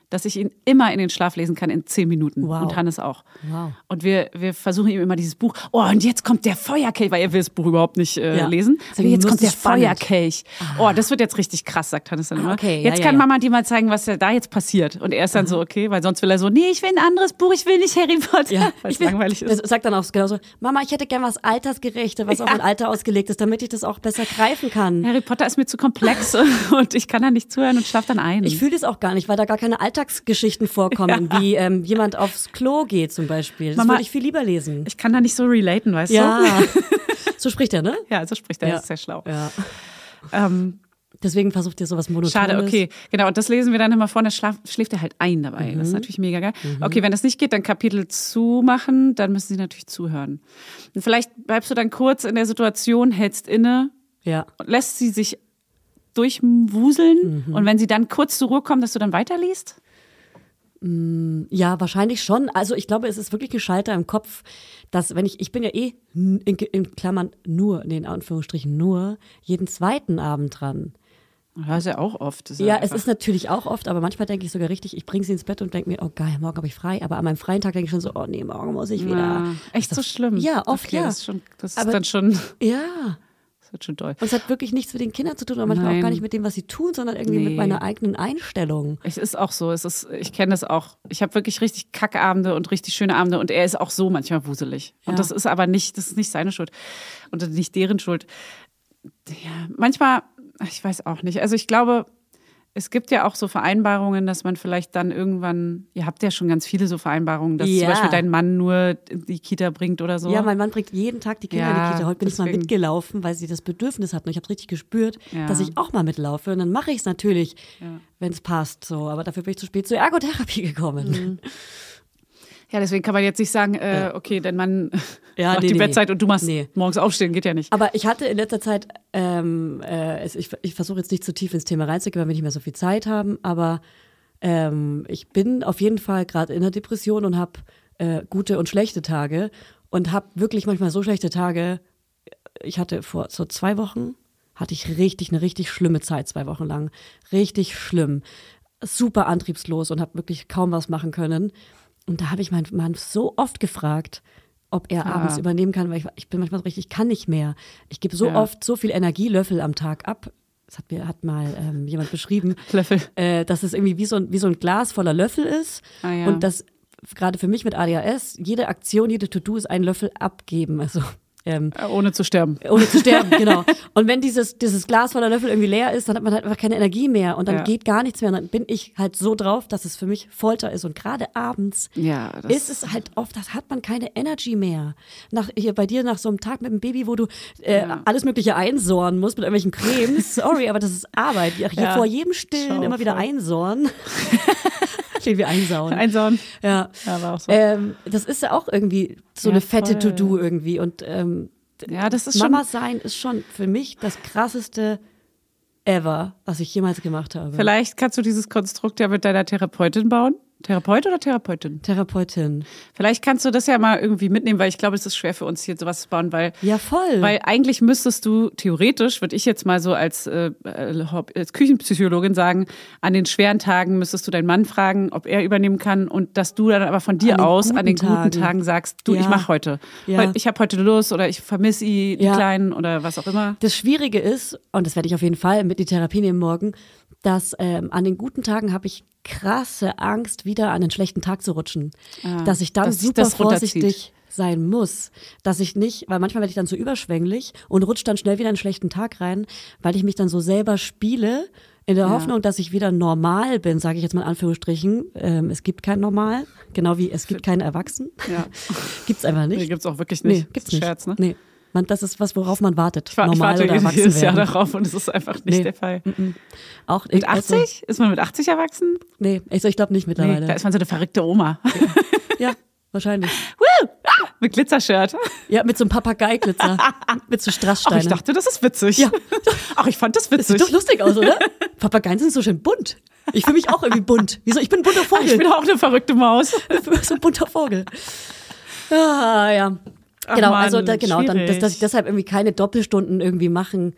B: dass ich ihn immer in den Schlaf lesen kann in zehn Minuten.
A: Wow.
B: Und Hannes auch.
A: Wow.
B: Und wir, wir versuchen ihm immer dieses Buch. Oh, und jetzt kommt der Feuerkelch, weil er will das Buch überhaupt nicht äh,
A: Ja.
B: lesen. Aber
A: Deswegen
B: jetzt
A: muss
B: kommt der
A: es spannend. Ah.
B: Feuerkelch. Oh, das wird jetzt richtig krass, sagt Hannes dann immer.
A: okay, ja,
B: jetzt
A: ja,
B: kann
A: ja.
B: Mama dir mal zeigen, was da jetzt passiert. Und er ist dann so, okay, weil sonst will er so, nee, ich will ein anderes Buch, ich will nicht Harry Potter.
A: Ja,
B: weil es
A: ich will-
B: langweilig ist.
A: Das sagt dann auch genauso, Mama, ich hätte gern was Altersgerechte, was auf mein Alter ausgelegt ist, damit ich das auch besser greifen kann.
B: Harry Potter ist mir zu komplex und ich kann da nicht zuhören und schlaf dann ein.
A: Ich fühle das auch gar nicht, weil da gar keine Alltagsgeschichten vorkommen, wie ähm, jemand aufs Klo geht zum Beispiel. Das
B: Mama-
A: würde ich viel lieber lesen.
B: Ich kann da nicht so relaten, weißt
A: Ja,
B: du?
A: so spricht er, ne?
B: Ja, so spricht er, das ist sehr schlau.
A: Ja.
B: Ähm,
A: Deswegen versucht ihr sowas monotones.
B: schade, okay. Genau, und das lesen wir dann immer vor, dann schlaf, schläft er halt ein dabei. Das ist natürlich mega geil. Okay, wenn das nicht geht, dann Kapitel zumachen, dann müssen sie natürlich zuhören. Und vielleicht bleibst du dann kurz in der Situation, hältst inne,
A: Ja.
B: und lässt sie sich durchwuseln und wenn sie dann kurz zur Ruhe kommt, dass du dann weiterliest?
A: Ja, wahrscheinlich schon. Also ich glaube, es ist wirklich ein Schalter im Kopf, dass wenn ich, ich bin ja eh n- in, in Klammern nur, nee, in Anführungsstrichen nur, jeden zweiten Abend dran.
B: Ja, ist ja auch oft. Ist
A: Ja,
B: einfach-
A: es ist natürlich auch oft, aber manchmal denke ich sogar richtig, ich bringe sie ins Bett und denke mir, oh geil, morgen habe ich frei. Aber an meinem freien Tag denke ich schon so, oh nee, morgen muss ich wieder.
B: Ja, Ah, echt so schlimm.
A: Ja, oft
B: okay,
A: ja.
B: Das ist, schon, das ist
A: Aber-
B: dann schon,
A: Ja.
B: das wird schon doll.
A: Und es hat wirklich nichts mit den Kindern zu tun, aber manchmal
B: Nein.
A: auch gar nicht mit dem, was sie tun, sondern irgendwie
B: Nee.
A: mit meiner eigenen Einstellung.
B: Es ist auch so, es ist, ich kenne das auch. Ich habe wirklich richtig Kackabende und richtig schöne Abende und er ist auch so manchmal wuselig.
A: Ja.
B: Und das ist aber nicht, das ist nicht seine Schuld und nicht deren Schuld. Ja, manchmal, ich weiß auch nicht. Also ich glaube, es gibt ja auch so Vereinbarungen, dass man vielleicht dann irgendwann, ihr habt ja schon ganz viele so Vereinbarungen, dass zum
A: Ja.
B: Beispiel dein Mann nur in die Kita bringt oder so.
A: Ja, mein Mann bringt jeden Tag die Kinder
B: Oh. Ja,
A: in die Kita. Heute bin ich mal
B: deswegen.
A: mitgelaufen, weil sie das Bedürfnis hatten. Und ich habe richtig gespürt,
B: Ja.
A: dass ich auch mal mitlaufe. Und dann mache ich es natürlich, wenn es passt. So. Aber dafür bin ich zu spät zur Ergotherapie
B: Mhm.
A: gekommen.
B: ja, deswegen kann man jetzt nicht sagen, äh, okay, dein Mann
A: Ja,
B: macht
A: nee,
B: die
A: nee,
B: Bettzeit
A: nee.
B: und du machst
A: Nee.
B: morgens aufstehen, geht ja nicht.
A: Aber ich hatte in letzter Zeit, ähm, äh, es- ich, ich versuche jetzt nicht zu tief ins Thema reinzugehen, weil wir nicht mehr so viel Zeit haben, aber ähm, ich bin auf jeden Fall gerade in der Depression und habe äh, gute und schlechte Tage und habe wirklich manchmal so schlechte Tage. Ich hatte vor so zwei Wochen, hatte ich richtig eine richtig schlimme Zeit, zwei Wochen lang. Richtig schlimm. Super antriebslos und habe wirklich kaum was machen können. Und da habe ich meinen Mann so oft gefragt, ob er abends übernehmen kann, weil ich, ich bin manchmal so richtig, ich kann nicht mehr. Ich gebe so
B: Ja.
A: oft so viel Energielöffel am Tag ab. Das hat mir hat mal ähm, jemand beschrieben,
B: Löffel.
A: äh, dass es irgendwie wie so, ein, wie so ein Glas voller Löffel ist
B: Ah, ja.
A: und dass gerade für mich mit ADHS jede Aktion, jede To-Do ist ein Löffel abgeben. Also ähm,
B: Äh, Ohne zu sterben.
A: ohne zu sterben, genau. Und wenn dieses, dieses Glas voller Löffel irgendwie leer ist, dann hat man halt einfach keine Energie mehr und dann
B: Ja.
A: geht gar nichts mehr. Und dann bin ich halt so drauf, dass es für mich Folter ist. Und gerade abends
B: Ja, das-
A: ist es halt oft, das hat man keine Energy mehr. Nach, hier bei dir nach so einem Tag mit dem Baby, wo du äh, alles Mögliche einsohren musst mit irgendwelchen Cremes. Sorry, aber das ist Arbeit. Hier
B: Ja.
A: Vor jedem Stillen
B: Schau,
A: immer wieder
B: voll.
A: einsohren. Stehen wir einsauen.
B: Einsauen.
A: Ja.
B: Ja, war auch so.
A: Ähm, das ist ja auch irgendwie so
B: Ja,
A: eine fette
B: voll.
A: To-Do irgendwie. Und ähm,
B: Ja, das ist
A: Mama
B: schon.
A: sein ist schon für mich das krasseste ever, was ich jemals gemacht habe.
B: Vielleicht kannst du dieses Konstrukt ja mit deiner Therapeutin bauen. Therapeut oder Therapeutin?
A: Therapeutin.
B: Vielleicht kannst du das ja mal irgendwie mitnehmen, weil ich glaube, es ist schwer für uns hier sowas zu bauen, weil
A: Ja, voll.
B: weil eigentlich müsstest du theoretisch, würde ich jetzt mal so als, äh, äh, Hob- als Küchenpsychologin sagen, an den schweren Tagen müsstest du deinen Mann fragen, ob er übernehmen kann und dass du dann aber von dir
A: An den
B: aus an den
A: guten
B: guten
A: Tagen.
B: Tagen sagst, du, ich
A: Ja.
B: mache heute.
A: Ja.
B: Heu- Ich habe heute Lust oder ich vermisse die
A: Ja.
B: Kleinen oder was auch immer.
A: das Schwierige ist, und das werde ich auf jeden Fall mit in die Therapie nehmen morgen, dass ähm, an den guten Tagen habe ich krasse Angst, wieder an den schlechten Tag zu rutschen. dass ich dann
B: Ah, dass sich
A: super
B: das runterzieht.
A: vorsichtig sein muss, dass ich nicht, weil manchmal werde ich dann so überschwänglich und rutsche dann schnell wieder in einen schlechten Tag rein, weil ich mich dann so selber spiele in der Hoffnung, dass ich wieder normal bin, sage ich jetzt mal in Anführungsstrichen. Ähm, es gibt kein Normal, genau wie es gibt keinen Erwachsenen.
B: Ja.
A: Gibt's einfach
B: Nee,
A: nicht.
B: gibt's auch wirklich
A: Nee,
B: nicht.
A: gibt's
B: Das ist
A: nicht.
B: ein Scherz, ne?
A: Nee. Man, das ist was, worauf man wartet.
B: Ich, war, ich
A: normal
B: warte
A: oder erwachsen
B: jedes Jahr
A: werden.
B: darauf und es ist einfach nicht
A: Nee. Mm, also
B: der Fall.
A: Auch
B: Mit 80? ist man mit 80 erwachsen?
A: Nee, ich, ich glaube nicht
B: Nee,
A: mittlerweile.
B: da ist man so eine verrückte Oma.
A: ja, wahrscheinlich.
B: Woo! Ah, mit Glitzershirt.
A: Ja, mit so einem Papageiglitzer, mit so
B: Ach,
A: Strasssteinen.
B: ich dachte, das ist witzig.
A: Ja.
B: Ach, ich fand das
A: Das sieht
B: witzig.
A: doch lustig aus, oder? Papageien sind so schön bunt. Ich fühle mich auch irgendwie bunt. Wieso? Ich bin ein bunter
B: Ah, Ich bin
A: Vogel.
B: auch eine verrückte Maus.
A: Ich bin so ein bunter Vogel. Ah, ja.
B: Ach
A: genau,
B: Mann,
A: also da, genau, dann, dass, dass ich
B: schwierig.
A: deshalb irgendwie keine Doppelstunden irgendwie machen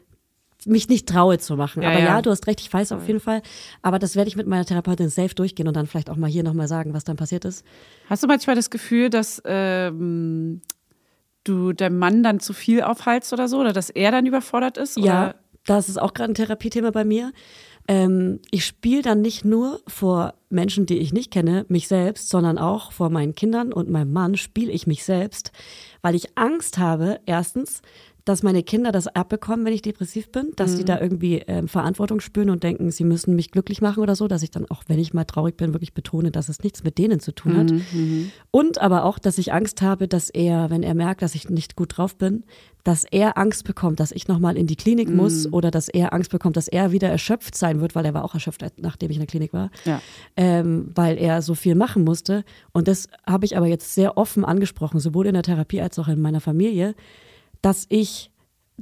A: mich nicht traue zu machen.
B: Ja,
A: aber ja.
B: ja.
A: du hast recht, ich weiß auf jeden Fall. Aber das werde ich mit meiner Therapeutin safe durchgehen und dann vielleicht auch mal hier nochmal sagen, was dann passiert ist.
B: Hast du manchmal das Gefühl, dass ähm, du deinem Mann dann zu viel aufhalst oder so? Oder dass er dann überfordert ist?
A: Ja,
B: Oder?
A: das ist auch gerade ein Therapiethema bei mir. Ähm, ich spiele dann nicht nur vor Menschen, die ich nicht kenne, mich selbst, sondern auch vor meinen Kindern und meinem Mann spiele ich mich selbst, weil ich Angst habe, erstens, dass meine Kinder das abbekommen, wenn ich depressiv bin, dass
B: Mhm.
A: die da irgendwie ähm, Verantwortung spüren und denken, sie müssen mich glücklich machen oder so, dass ich dann auch, wenn ich mal traurig bin, wirklich betone, dass es nichts mit denen zu tun hat. Und aber auch, dass ich Angst habe, dass er, wenn er merkt, dass ich nicht gut drauf bin, dass er Angst bekommt, dass ich nochmal in die Klinik muss oder dass er Angst bekommt, dass er wieder erschöpft sein wird, weil er war auch erschöpft, als- nachdem ich in der Klinik war,
B: Ja.
A: ähm, weil er so viel machen musste. Und das habe ich aber jetzt sehr offen angesprochen, sowohl in der Therapie als auch in meiner Familie, dass ich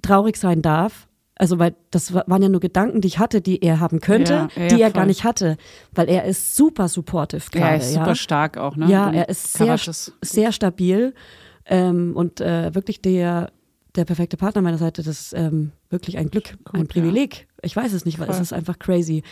A: traurig sein darf. Also, weil das wa- waren ja nur Gedanken, die ich hatte, die er haben könnte,
B: Ja, ja,
A: die er
B: voll.
A: gar nicht hatte. Weil er ist super supportive
B: Ja,
A: gerade.
B: er ist super stark auch, ne?
A: Ja,
B: Und
A: er ist sehr,
B: covert das.
A: sehr stabil ähm, und äh, wirklich der, der perfekte Partner meiner Seite. Das ist ähm, wirklich ein Glück, ein Privileg. Ich weiß es nicht, weil es ist einfach crazy.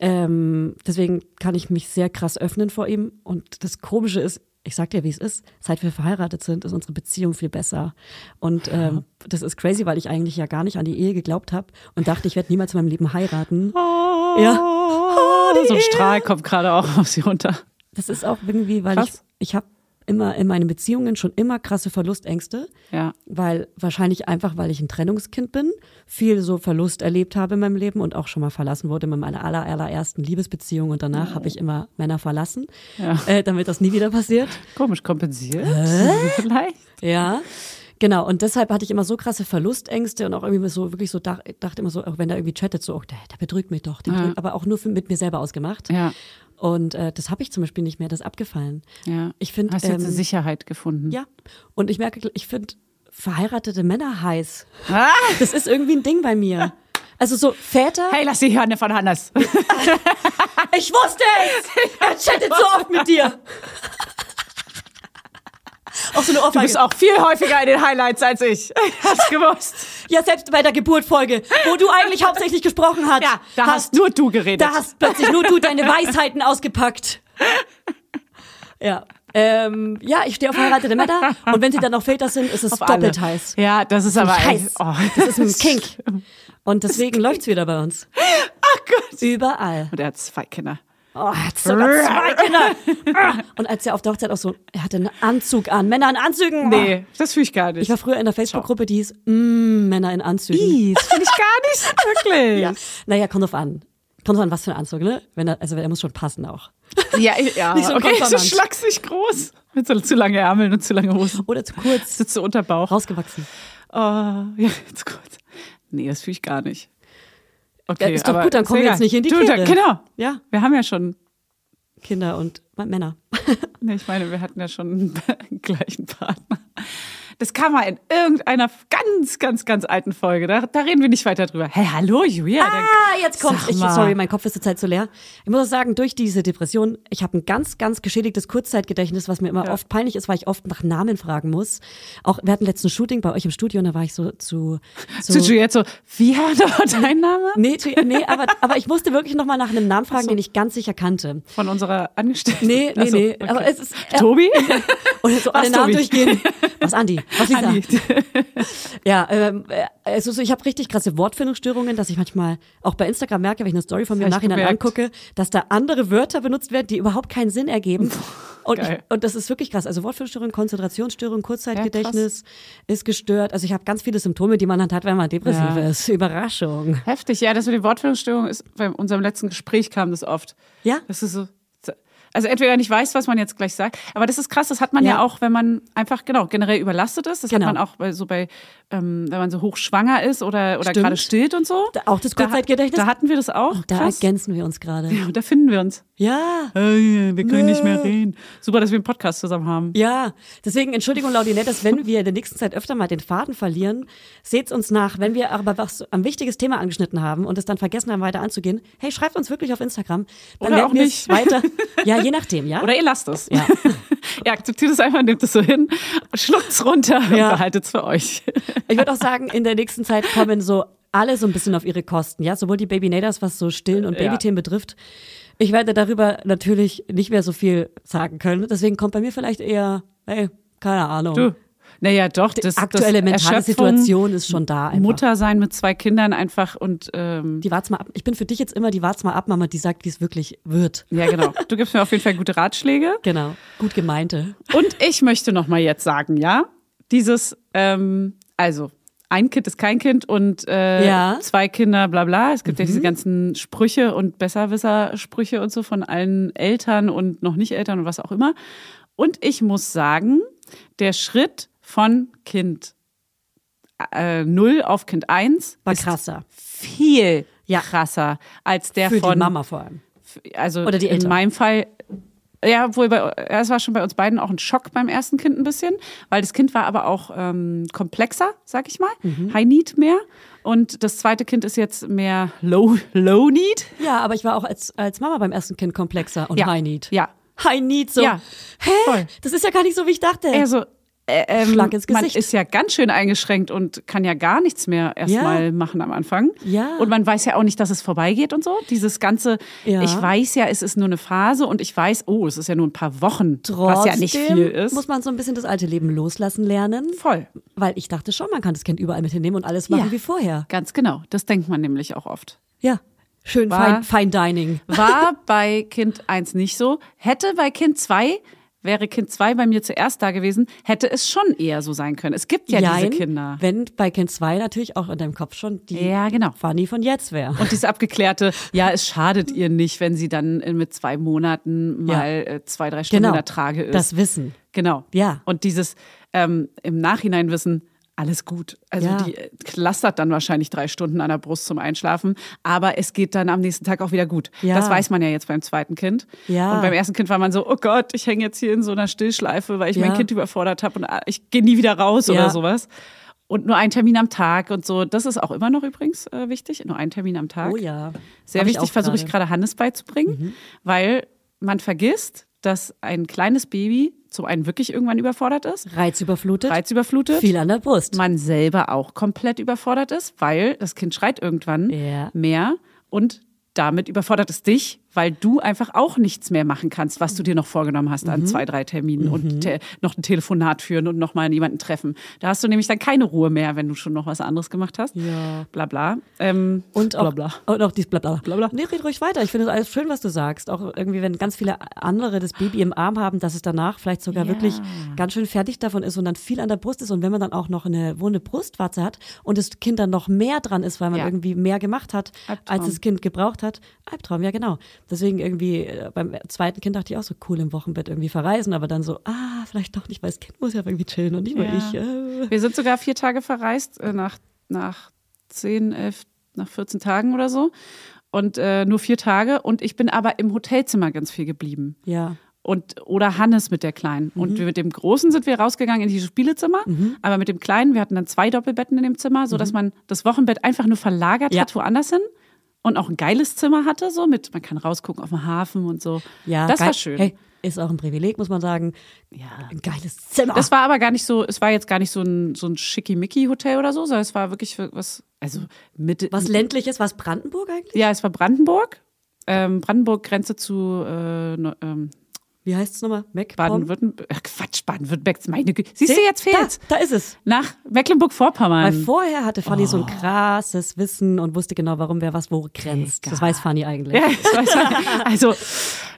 A: Ähm, deswegen kann ich mich sehr krass öffnen vor ihm. Und das Komische ist, ich sag dir, wie es ist, seit wir verheiratet sind, ist unsere Beziehung viel besser. Und ähm, das ist crazy, weil ich eigentlich ja gar nicht an die Ehe geglaubt habe und dachte, ich werde niemals in meinem Leben heiraten. Ja.
B: Oh, so ein Strahl kommt gerade auch auf sie runter.
A: Das ist auch irgendwie, weil
B: Krass.
A: ich, ich habe immer in meinen Beziehungen schon immer krasse Verlustängste,
B: Ja.
A: weil wahrscheinlich einfach, weil ich ein Trennungskind bin, viel so Verlust erlebt habe in meinem Leben und auch schon mal verlassen wurde in meiner aller, allerersten Liebesbeziehung und danach habe ich immer Männer verlassen, äh, damit das nie wieder passiert.
B: Komisch kompensiert. Vielleicht.
A: Ja. Genau, und deshalb hatte ich immer so krasse Verlustängste und auch irgendwie so wirklich so dach, dachte immer so, auch wenn er irgendwie chattet, so, oh, der, der betrügt mich doch, der betrügt, aber auch nur für, mit mir selber ausgemacht.
B: Ja.
A: Und äh, das habe ich zum Beispiel nicht mehr, das ist abgefallen.
B: Ja.
A: Ich finde,
B: Hast du jetzt eine
A: ähm,
B: Sicherheit gefunden?
A: Ja. Und ich merke, ich finde verheiratete Männer heiß.
B: Ah!
A: Das ist irgendwie ein Ding bei mir. Also so Väter. Ah,
B: Hey, lass die Hörne von Hannes.
A: Ich wusste es! Er chattet so oft mit dir. Auch so eine
B: Du
A: Ohrfeige.
B: bist auch viel häufiger in den Highlights als ich. Hast gewusst.
A: ja, selbst bei der Geburtfolge, wo du eigentlich hauptsächlich gesprochen hast.
B: Ja, da hast, nur du geredet.
A: Da hast plötzlich nur du deine Weisheiten ausgepackt. Ja. Ähm, ja, ich stehe auf verheiratete Männer und wenn sie dann noch Väter sind, ist es
B: Auf
A: doppelt
B: alle.
A: heiß.
B: Ja, das ist aber
A: heiß.
B: echt- Oh.
A: Das ist ein Kink. Und deswegen läuft's wieder bei uns. Ach Gott. Überall.
B: Oh Und er hat zwei Kinder.
A: Oh, er hat sogar zwei Kinder. Ah. Und als er auf der Hochzeit auch so, er hatte einen Anzug an. Männer in Anzügen. Oh.
B: Nee, das fühle ich gar nicht.
A: Ich war früher in der Facebook-Gruppe, die hieß mm, Männer in Anzügen.
B: Ih, das finde ich gar nicht. Wirklich.
A: Ja. Naja, kommt drauf an. Kommt drauf an, was für ein Anzug, ne? Wenn er, also er muss schon passen auch.
B: Ja, ich- ja.
A: Nicht so ein
B: okay, so
A: Konfirmand.
B: schlaksig groß. Mit so zu lange Ärmeln und zu lange Hosen.
A: Oder zu kurz.
B: Sitze unter Bauch.
A: Rausgewachsen.
B: Oh, ja, jetzt kurz. Nee, das fühle ich gar nicht. Okay,
A: Ja, ist doch
B: aber
A: gut, dann kommen wir
B: egal.
A: jetzt nicht in die
B: du, da-
A: Kehre.
B: Genau.
A: Ja.
B: Wir haben ja schon,
A: Kinder und Männer.
B: nee, ich meine, wir hatten ja schon einen gleichen Partner. Das kam mal in irgendeiner ganz, ganz, ganz alten Folge. Da, da reden wir nicht weiter drüber. Hey, hallo, Julia. dann-
A: Ah, jetzt kommt's.
B: Sag
A: Ich,
B: mal.
A: sorry, mein Kopf ist zurzeit so leer. Ich muss auch sagen, durch diese Depression, ich habe ein ganz, ganz geschädigtes Kurzzeitgedächtnis, was mir immer oft peinlich ist, weil ich oft nach Namen fragen muss. Auch wir hatten letzten Shooting bei euch im Studio und da war ich so zu.
B: Zu Juliette so, wie war dein Name?
A: Nee, zu, nee aber, aber ich musste wirklich nochmal nach einem Namen fragen, den ich ganz sicher kannte.
B: Von unserer Angestellten.
A: Nee, nee,
B: Ach so,
A: nee. Aber es ist. äh, ja.
B: Tobi?
A: Oder so
B: Was,
A: alle Namen
B: Tobi?
A: durchgehen. Was, Andi? Was, Lisa?
B: Andi.
A: Ja, ähm, äh, also so, ich habe richtig krasse Wortfindungsstörungen, dass ich manchmal auch bei Instagram merke, wenn ich eine Story von mir im
B: Hab ich
A: Nachhinein
B: gemerkt.
A: angucke, dass da andere Wörter benutzt werden, die überhaupt keinen Sinn ergeben. Und, ich,
B: geil.
A: und das ist wirklich krass. Also Wortfindungsstörung, Konzentrationsstörung, Kurzzeitgedächtnis ist gestört. Also ich habe ganz viele Symptome, die man halt hat, wenn man depressiv
B: Ja.
A: ist. Überraschung.
B: Heftig, ja, das mit den Wortfindungsstörungen ist, bei unserem letzten Gespräch kam das oft.
A: Ja?
B: Das ist so. Also entweder nicht weiß, was man jetzt gleich sagt, aber das ist krass, das hat man
A: Ja.
B: ja, auch, wenn man einfach, genau, generell überlastet ist. Das
A: Genau.
B: hat man auch bei, so bei, ähm, wenn man so hochschwanger ist oder, oder
A: Stimmt.
B: gerade stillt und so.
A: Da- auch das
B: Da hat-
A: Kurzzeitgedächtnis. Oh,
B: Da, hatten wir das auch.
A: Da
B: krass.
A: ergänzen wir uns gerade.
B: Ja, und da finden wir uns.
A: Ja.
B: Hey, wir können nicht mehr reden. Super, dass wir einen Podcast zusammen haben.
A: Ja, deswegen Entschuldigung, Laudinette, dass wenn wir in der nächsten Zeit öfter mal den Faden verlieren, seht's uns nach. Wenn wir aber was ein wichtiges Thema angeschnitten haben und es dann vergessen haben, weiter anzugehen, hey, schreibt uns wirklich auf Instagram. Dann
B: Oder
A: werden
B: auch
A: wir es
B: nicht.
A: weiter. Ja, je nachdem, ja.
B: Oder ihr lasst es.
A: Ja.
B: ihr akzeptiert es einfach, nehmt es so hin, schluckt es runter und
A: Ja.
B: behaltet es für euch.
A: ich würde auch sagen, in der nächsten Zeit kommen so alle so ein bisschen auf ihre Kosten, ja, sowohl die Babynaders, was so Stillen und
B: Ja.
A: Babythemen betrifft. Ich werde darüber natürlich nicht mehr so viel sagen können, deswegen kommt bei mir vielleicht eher, ey, keine Ahnung.
B: Du. Naja, doch, das
A: aktuelle
B: das
A: mentale
B: Erschöpfung,
A: Situation ist schon da. Einfach.
B: Mutter sein mit zwei Kindern einfach und ähm,
A: Die wart's mal ab. Ich bin für dich jetzt immer die wart's mal ab, Mama, die sagt, wie es wirklich wird.
B: ja genau. Du gibst mir auf jeden Fall gute Ratschläge.
A: Genau. Gut gemeinte.
B: Und ich möchte noch mal jetzt sagen, ja, dieses, ähm, also ein Kind ist kein Kind und äh,
A: Ja. Mhm.
B: zwei Kinder, bla bla. Es gibt ja diese ganzen Sprüche und Besserwisser-Sprüche und so von allen Eltern und noch nicht Eltern und was auch immer. Und ich muss sagen, der Schritt von Kind äh, 0 auf Kind 1
A: War
B: ist
A: krasser.
B: viel
A: Ja.
B: krasser als der
A: Für
B: von
A: die Mama vor allem.
B: also
A: Oder die
B: in
A: Eltern.
B: meinem Fall, ja, obwohl bei, ja, es war schon bei uns beiden auch ein Schock beim ersten Kind ein bisschen, weil das Kind war aber auch ähm, komplexer, sag ich mal,
A: Mhm.
B: High Need mehr. Und das zweite Kind ist jetzt mehr Low, low Need.
A: Ja, aber ich war auch als, als Mama beim ersten Kind komplexer und
B: Ja.
A: High Need.
B: Ja.
A: High Need so.
B: Ja.
A: Hä?
B: Voll.
A: Das ist ja gar nicht so, wie ich dachte.
B: Also äh, ähm,
A: Schlag ins
B: man
A: Gesicht.
B: ist ja ganz schön eingeschränkt und kann ja gar nichts mehr
A: Ja.
B: erstmal machen am Anfang.
A: Ja.
B: Und man weiß ja auch nicht, dass es vorbeigeht und so. Dieses ganze,
A: Ja.
B: ich weiß ja, es ist nur eine Phase und ich weiß, oh, es ist ja nur ein paar Wochen, was ja nicht
A: Trotzdem
B: viel ist.
A: muss man so ein bisschen das alte Leben loslassen lernen.
B: Voll.
A: Weil ich dachte schon, man kann das Kind überall mit hinnehmen und alles machen
B: Ja.
A: wie vorher.
B: Ganz genau, das denkt man nämlich auch oft.
A: Ja. Schön
B: War-
A: Fine, Fine Dining.
B: War bei Kind 1 nicht so. Hätte bei Kind 2, wäre Kind 2 bei mir zuerst da gewesen, hätte es schon eher so sein können. Es gibt ja
A: Jein,
B: diese Kinder.
A: Wenn bei Kind 2 natürlich auch in deinem Kopf schon die
B: Ja, genau.
A: Fanny von jetzt wäre.
B: Und dieses abgeklärte, ja, es schadet ihr nicht, wenn sie dann in- mit zwei Monaten mal äh, zwei, drei Stunden in der Trage ist.
A: Genau, Das Wissen.
B: genau.
A: Ja.
B: Und dieses ähm, im Nachhinein wissen, alles gut. Also
A: Ja.
B: die äh, klastert dann wahrscheinlich drei Stunden an der Brust zum Einschlafen, aber es geht dann am nächsten Tag auch wieder gut.
A: Ja.
B: Das weiß man ja jetzt beim zweiten Kind.
A: Ja.
B: Und beim ersten Kind war man so, oh Gott, ich hänge jetzt hier in so einer Stillschleife, weil ich
A: Ja.
B: mein Kind überfordert habe und ah, ich gehe nie wieder raus
A: Ja.
B: oder sowas. Und nur einen Termin am Tag und so. Das ist auch immer noch übrigens äh, wichtig. Nur einen Termin am Tag.
A: Oh ja.
B: Sehr
A: Hab ich
B: wichtig
A: auch
B: versuche ich
A: gerade. Mhm.
B: gerade Hannes beizubringen, weil man vergisst, dass ein kleines Baby zum einen wirklich irgendwann überfordert ist,
A: Reizüberflutet.
B: reizüberflutet,
A: Viel an der Brust.
B: man selber auch komplett überfordert ist, weil das Kind schreit irgendwann
A: Ja.
B: mehr und damit überfordert es dich, weil du einfach auch nichts mehr machen kannst, was du dir noch vorgenommen hast
A: Mhm.
B: an zwei, drei Terminen und te noch ein Telefonat führen und nochmal jemanden treffen. Da hast du nämlich dann keine Ruhe mehr, wenn du schon noch was anderes gemacht hast.
A: Ja.
B: Bla bla. Ähm,
A: Und auch,
B: bla, bla.
A: Und auch dies bla bla.
B: bla.
A: Nee, red ruhig weiter. Ich finde das alles schön, was du sagst. Auch irgendwie, wenn ganz viele andere das Baby im Arm haben, dass es danach vielleicht sogar
B: Ja.
A: wirklich ganz schön fertig davon ist und dann viel an der Brust ist. Und wenn man dann auch noch eine wunde Brustwarze hat und das Kind dann noch mehr dran ist, weil man
B: Ja.
A: irgendwie mehr gemacht hat,
B: Albtraum.
A: als das Kind gebraucht hat. Albtraum, ja genau. Deswegen irgendwie äh, beim zweiten Kind dachte ich auch so cool im Wochenbett irgendwie verreisen, aber dann so, ah, vielleicht doch nicht, weil das Kind muss ja irgendwie chillen und nicht nur
B: Ja.
A: ich. Äh.
B: Wir sind sogar vier Tage verreist, äh, nach, nach 10, 11, nach 14 Tagen oder so. Und äh, nur vier Tage. Und ich bin aber im Hotelzimmer ganz viel geblieben.
A: Ja.
B: Und, oder Hannes mit der Kleinen. Und
A: Mhm.
B: wir- mit dem Großen sind wir rausgegangen in die Spielezimmer. Aber mit dem Kleinen, wir hatten dann zwei Doppelbetten in dem Zimmer, sodass man das Wochenbett einfach nur verlagert
A: Mhm. Ja.
B: hat, woanders hin. Und auch ein geiles Zimmer hatte, so mit, man kann rausgucken auf den Hafen und so.
A: ja
B: das
A: geil.
B: war schön.
A: Hey, ist auch ein Privileg, muss man sagen.
B: Ja.
A: Ein geiles Zimmer.
B: Das war aber gar nicht so, es war jetzt gar nicht so ein, so ein Schickimicki-Hotel oder so, sondern es war wirklich für was, also Mitte.
A: was ländliches, was Brandenburg eigentlich?
B: Ja, es war Brandenburg. Ähm, Brandenburg Grenze zu äh, Neu- ähm,
A: Wie heißt es nochmal? Meck?
B: Baden-Württemberg. Ach, Quatsch, Baden-Württemberg ist meine Güte. Siehst du, jetzt fehlt's. Ähm,
A: Da, da ist es.
B: Nach
A: Weil
B: Mecklenburg-Vorpommern.
A: vorher hatte Fanny so ein
B: oh.
A: krasses Wissen und wusste genau, warum wer was wo grenzt. Das weiß Fanny eigentlich.
B: Ja, das weiß man. also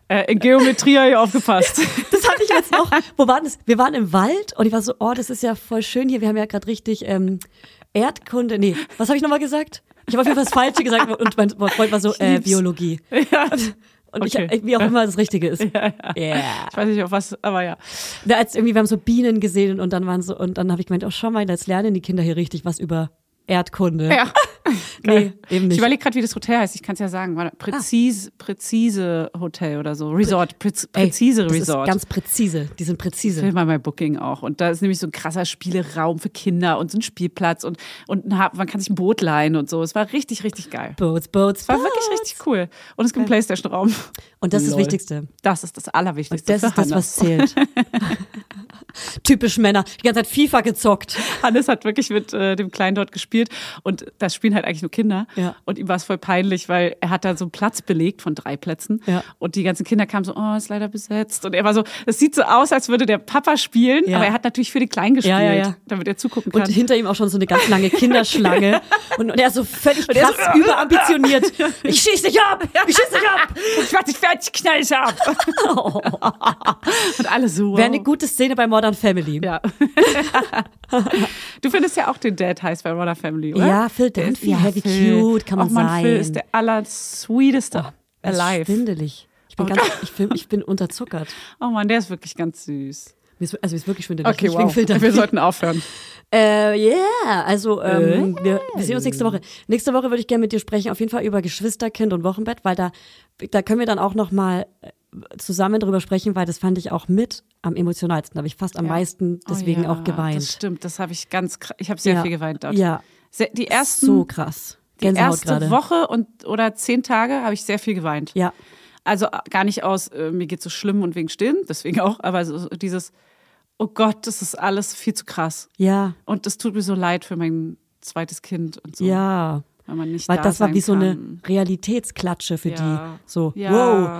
B: äh, in Geometrie habe ich aufgepasst.
A: Das hatte ich jetzt noch. Wo waren das? Wir waren im Wald und ich war so, oh, das ist ja voll schön hier. Wir haben ja gerade richtig ähm, Erdkunde. Nee, was habe ich nochmal gesagt? Ich habe auf jeden Fall das Falsche gesagt und mein Freund war so, äh,
B: lieb's.
A: Biologie.
B: ja.
A: Und
B: Okay.
A: ich, äh, wie auch immer das Richtige ist. Ja.
B: Ich weiß nicht, auf was, aber ja.
A: Na, als irgendwie, wir haben so Bienen gesehen und dann waren so, und dann habe ich gemeint, oh, schau mal, jetzt lernen die Kinder hier richtig was über Erdkunde.
B: ja.
A: Nee, eben
B: Ich
A: nicht. Ah.
B: überlege gerade, wie das Hotel heißt. Ich kann es ja sagen. Warte, Präzise, präzise Hotel oder so. Resort, präz,
A: Ey,
B: präzise
A: das
B: Resort.
A: Ist ganz präzise. Die sind
B: Will
A: präzise.
B: mal bei Booking auch. Und da ist nämlich so ein krasser Spieleraum für Kinder und so ein Spielplatz und, und ein Hab- man kann sich ein Boot leihen und so. Es war richtig, richtig geil.
A: Boats, Boats,
B: War
A: Boats.
B: wirklich richtig cool. Und es gibt einen Playstation-Raum.
A: Und das ist das
B: Lol.
A: Wichtigste.
B: Das ist das Allerwichtigste.
A: Das
B: für
A: ist das,
B: Hannes.
A: was zählt. Typisch Männer. Die ganze Zeit FIFA gezockt.
B: Oh Hannes hat wirklich mit äh, dem Kleinen dort gespielt und das Spiel spielen halt eigentlich nur Kinder.
A: Ja.
B: Und ihm war es voll peinlich, weil er hat da so einen Platz belegt von drei Plätzen.
A: Ja.
B: Und die ganzen Kinder kamen so, oh, ist leider besetzt. Und er war so, es sieht so aus, als würde der Papa spielen,
A: Ja.
B: aber er hat natürlich für die Kleinen gespielt,
A: Ja, ja, ja.
B: damit er zugucken kann.
A: Und hinter ihm auch schon so eine ganz lange Kinderschlange. Und, und er ist so völlig
B: er
A: krass
B: so,
A: überambitioniert. Ich schieß dich ab! Ich schieß dich ab!
B: ich mach dich fertig, knall ich ab. Und alle so. Wow.
A: Wäre eine gute Szene bei Modern Family.
B: ja. du findest ja auch den Dad heiß bei Modern Family, oder?
A: Ja, Phil
B: Der ist-
A: Dunphy, heavy cute, kann man
B: Auch Mann,
A: sein. Oh,
B: Phil ist der allersweeteste
A: Das ist
B: alive.
A: Schwindelig. Ich bin, ganz, ich, bin, ich bin unterzuckert.
B: Oh Mann, der ist wirklich ganz süß.
A: Mir ist, also mir ist wirklich schwindelig.
B: Okay,
A: Ich bin
B: wow.
A: Phil Dunphy.
B: Wir sollten aufhören.
A: Äh, yeah, also
B: Äh?
A: ähm, wir, wir sehen uns nächste Woche. Nächste Woche würde ich gerne mit dir sprechen, auf jeden Fall über Geschwisterkind und Wochenbett, weil da, da können wir dann auch nochmal zusammen drüber sprechen, weil das fand ich auch mit am emotionalsten. Da habe ich fast am meisten deswegen
B: oh ja,
A: auch geweint.
B: Das stimmt, das habe ich ganz kr- Ich habe sehr
A: Ja.
B: viel geweint dort.
A: Ja.
B: Sehr, die ersten,
A: so krass.
B: die
A: Gänsehaut
B: erste
A: gerade.
B: Woche und, oder zehn Tage habe ich sehr viel geweint.
A: Ja.
B: Also äh, gar nicht aus, äh, mir geht so schlimm und wegen Stillen, deswegen auch, aber so, so dieses, oh Gott, das ist alles viel zu krass.
A: Ja.
B: Und es tut mir so leid für mein zweites Kind und so.
A: Ja.
B: Wenn man nicht
A: Weil
B: da
A: das war
B: sein
A: wie so
B: kann.
A: eine Realitätsklatsche für
B: Ja.
A: die. So,
B: Ja.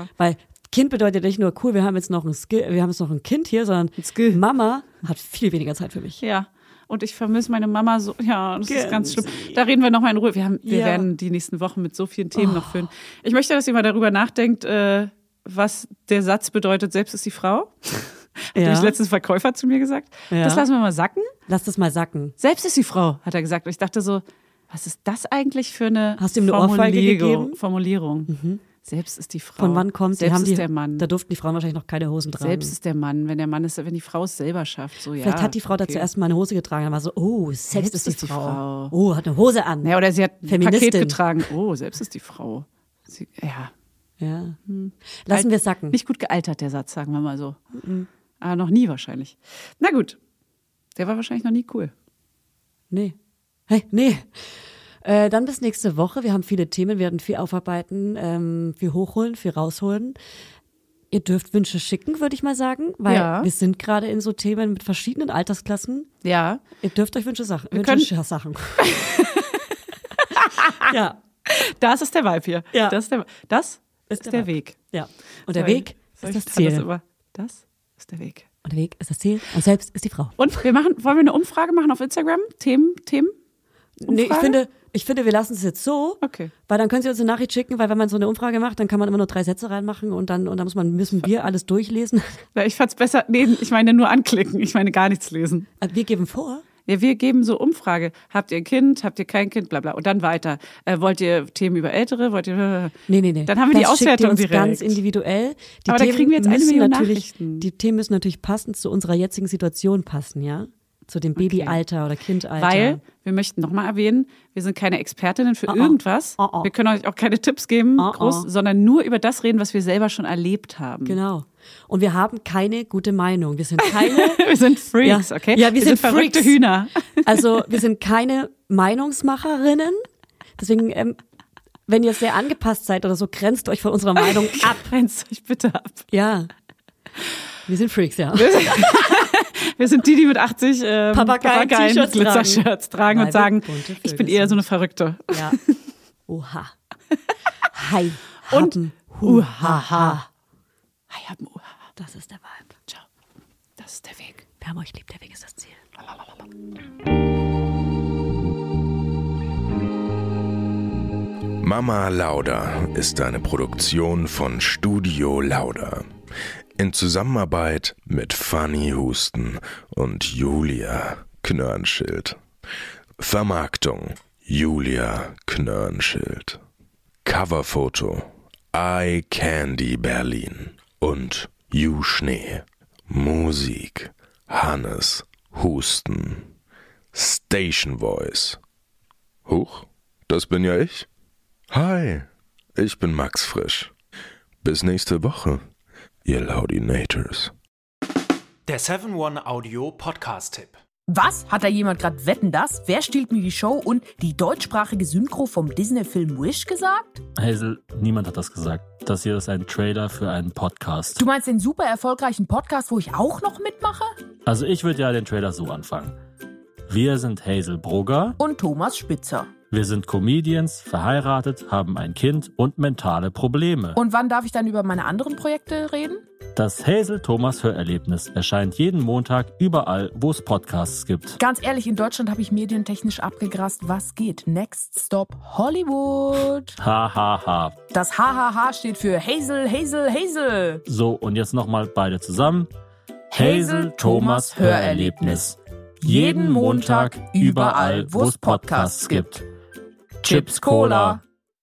A: wow. Weil Kind bedeutet nicht nur, cool, wir haben jetzt noch ein Skill, wir haben jetzt noch ein Kind hier, sondern
B: Skill.
A: Mama hat viel weniger Zeit für mich.
B: Ja. Und ich vermisse meine Mama so. Ja, das ist ganz schlimm.
A: Gänse.
B: Da reden wir nochmal in Ruhe. Wir, haben, wir
A: Ja. Oh.
B: werden die nächsten Wochen mit so vielen Themen noch füllen. Ich möchte, dass ihr mal darüber nachdenkt, äh, was der Satz bedeutet, selbst ist die Frau. Hat
A: Ja.
B: nämlich letztens ein Verkäufer zu mir gesagt.
A: Ja.
B: Das lassen wir mal sacken.
A: Lass das mal sacken.
B: Selbst ist die Frau, hat er gesagt. Und ich dachte so, was ist das eigentlich für eine
A: Hast du ihm eine Ohrfeige gegeben? Mhm.
B: Formulierung. Selbst ist die Frau.
A: Von wann kommt
B: Selbst
A: die, haben
B: ist
A: die,
B: der Mann.
A: Da durften die Frauen wahrscheinlich noch keine Hosen tragen.
B: Selbst ist der Mann, wenn der Mann ist, wenn die Frau es selber schafft. So,
A: Vielleicht
B: ja,
A: hat die Frau da
B: okay.
A: zuerst mal eine Hose getragen. Dann war so, oh, selbst, ist die, Frau.
B: Frau.
A: Oh, hat eine Hose an.
B: Ja, oder sie hat ein
A: Feministin.
B: Paket getragen. Oh, selbst ist die Frau. Sie, ja.
A: Ja.
B: Hm. Halt.
A: Lassen wir sacken.
B: Nicht gut gealtert, der Satz, sagen wir mal so.
A: Hm.
B: Aber noch nie wahrscheinlich. Na gut. Der war wahrscheinlich noch nie cool.
A: Nee. Hey, nee. Äh, dann bis nächste Woche. Wir haben viele Themen, werden viel aufarbeiten, ähm, viel hochholen, viel rausholen. Ihr dürft Wünsche schicken, würde ich mal sagen, weil
B: Ja.
A: wir sind gerade in so Themen mit verschiedenen Altersklassen.
B: Ja.
A: Ihr dürft euch Wünsche Sachen.
B: können-
A: Wünsche Sachen. ja,
B: Das ist der Vibe hier.
A: Ja.
B: Das ist der, das ist der,
A: Vibe.
B: Weg.
A: ja. Und der
B: Soll-
A: Weg
B: soll
A: ist
B: ich-
A: das
B: hat
A: Ziel.
B: immer- das ist der Weg.
A: Und der Weg ist das Ziel. Und selbst ist die Frau.
B: Und wir machen, wollen wir eine Umfrage machen auf Instagram? Themen, Themen?
A: Nee, ich
B: Umfrage?
A: finde, ich finde, wir lassen es jetzt so.
B: Okay.
A: Weil dann können Sie uns eine Nachricht schicken, weil wenn man so eine Umfrage macht, dann kann man immer nur drei Sätze reinmachen und dann, und dann muss man, müssen wir alles durchlesen.
B: Na, ich fand's besser. Nee, ich meine nur anklicken. Ich meine gar nichts lesen.
A: Also Wir geben vor.
B: Ja, wir geben so Umfrage. Habt ihr ein Kind? Habt ihr kein Kind? Bla bla. Und dann weiter. Äh, wollt ihr Themen über Ältere? Wollt ihr.
A: Nee, nee, nee.
B: Dann haben wir die
A: das schickt ihr
B: Auswertung
A: uns
B: direkt.
A: ganz individuell. Die
B: Aber da kriegen wir jetzt eine
A: müssen
B: Million
A: natürlich,
B: Nachrichten.
A: Die Themen müssen natürlich passend zu unserer jetzigen Situation passen, ja? Zu dem Babyalter oder Kindalter.
B: Weil wir möchten nochmal erwähnen, wir sind keine Expertinnen für
A: oh.
B: irgendwas.
A: Oh, oh.
B: Wir können euch auch keine Tipps geben,
A: Oh, oh.
B: groß, sondern nur über das reden, was wir selber schon erlebt haben.
A: Genau. Und wir haben keine gute Meinung. Wir sind keine
B: Wir sind Freaks,
A: ja.
B: okay?
A: Ja, wir, sind,
B: verrückte
A: Freaks.
B: Hühner.
A: Also wir sind keine Meinungsmacherinnen. Deswegen, ähm, wenn ihr sehr angepasst seid oder so, grenzt euch von unserer Meinung ab.
B: Grenzt euch bitte ab.
A: Ja. Wir sind Freaks, ja.
B: Wir sind die, die mit 80 ähm,
A: Papageien- T-Shirts
B: Glitzer-Shirts tragen
A: Weil
B: und sagen,
A: wir bunte
B: ich
A: Vögel
B: bin eher
A: sind.
B: so eine Verrückte.
A: Ja. Oha. Hi.
B: Und
A: Happen.
B: Uhaha. Ich hab ein Uhaha.
A: Das ist der Vibe.
B: Ciao. Das ist der Weg.
A: Wir haben euch lieb, der Weg ist das Ziel.
B: Lalalala.
C: Mama Lauda ist eine Produktion von Studio Lauda. In Zusammenarbeit mit Fanny Husten und Julia Knörnschild. Vermarktung Julia Knörnschild. Coverfoto I Candy Berlin und You Schnee. Musik Hannes Husten. Station Voice. Huch, das bin ja ich. Hi, ich bin Max Frisch. Bis nächste Woche, ihr Laudinators.
D: Der 7-One Audio Podcast-Tipp.
E: Was? Hat da jemand gerade Wetten das? Wer stiehlt mir die Show und die deutschsprachige Synchro vom Disney-Film Wish gesagt?
F: Hazel, niemand hat das gesagt. Das hier ist ein Trailer für einen Podcast.
E: Du meinst den super erfolgreichen Podcast, wo ich auch noch mitmache?
F: Also ich würde ja den Trailer so anfangen. Wir sind Hazel Brugger,
E: Und Thomas Spitzer.
F: Wir sind Comedians, verheiratet, haben ein Kind und mentale Probleme.
E: Und wann darf ich dann über meine anderen Projekte reden?
F: Das Hazel Thomas Hörerlebnis erscheint jeden Montag überall, wo es Podcasts gibt.
E: Ganz ehrlich, in Deutschland habe ich medientechnisch abgegrast, was geht. Next Stop Hollywood.
F: Ha ha ha.
E: Das HHH steht für Hazel, Hazel, Hazel.
F: So, und jetzt nochmal beide zusammen.
E: Hazel Thomas Hörerlebnis. Jeden Montag überall, wo es Podcasts gibt. Chips Cola.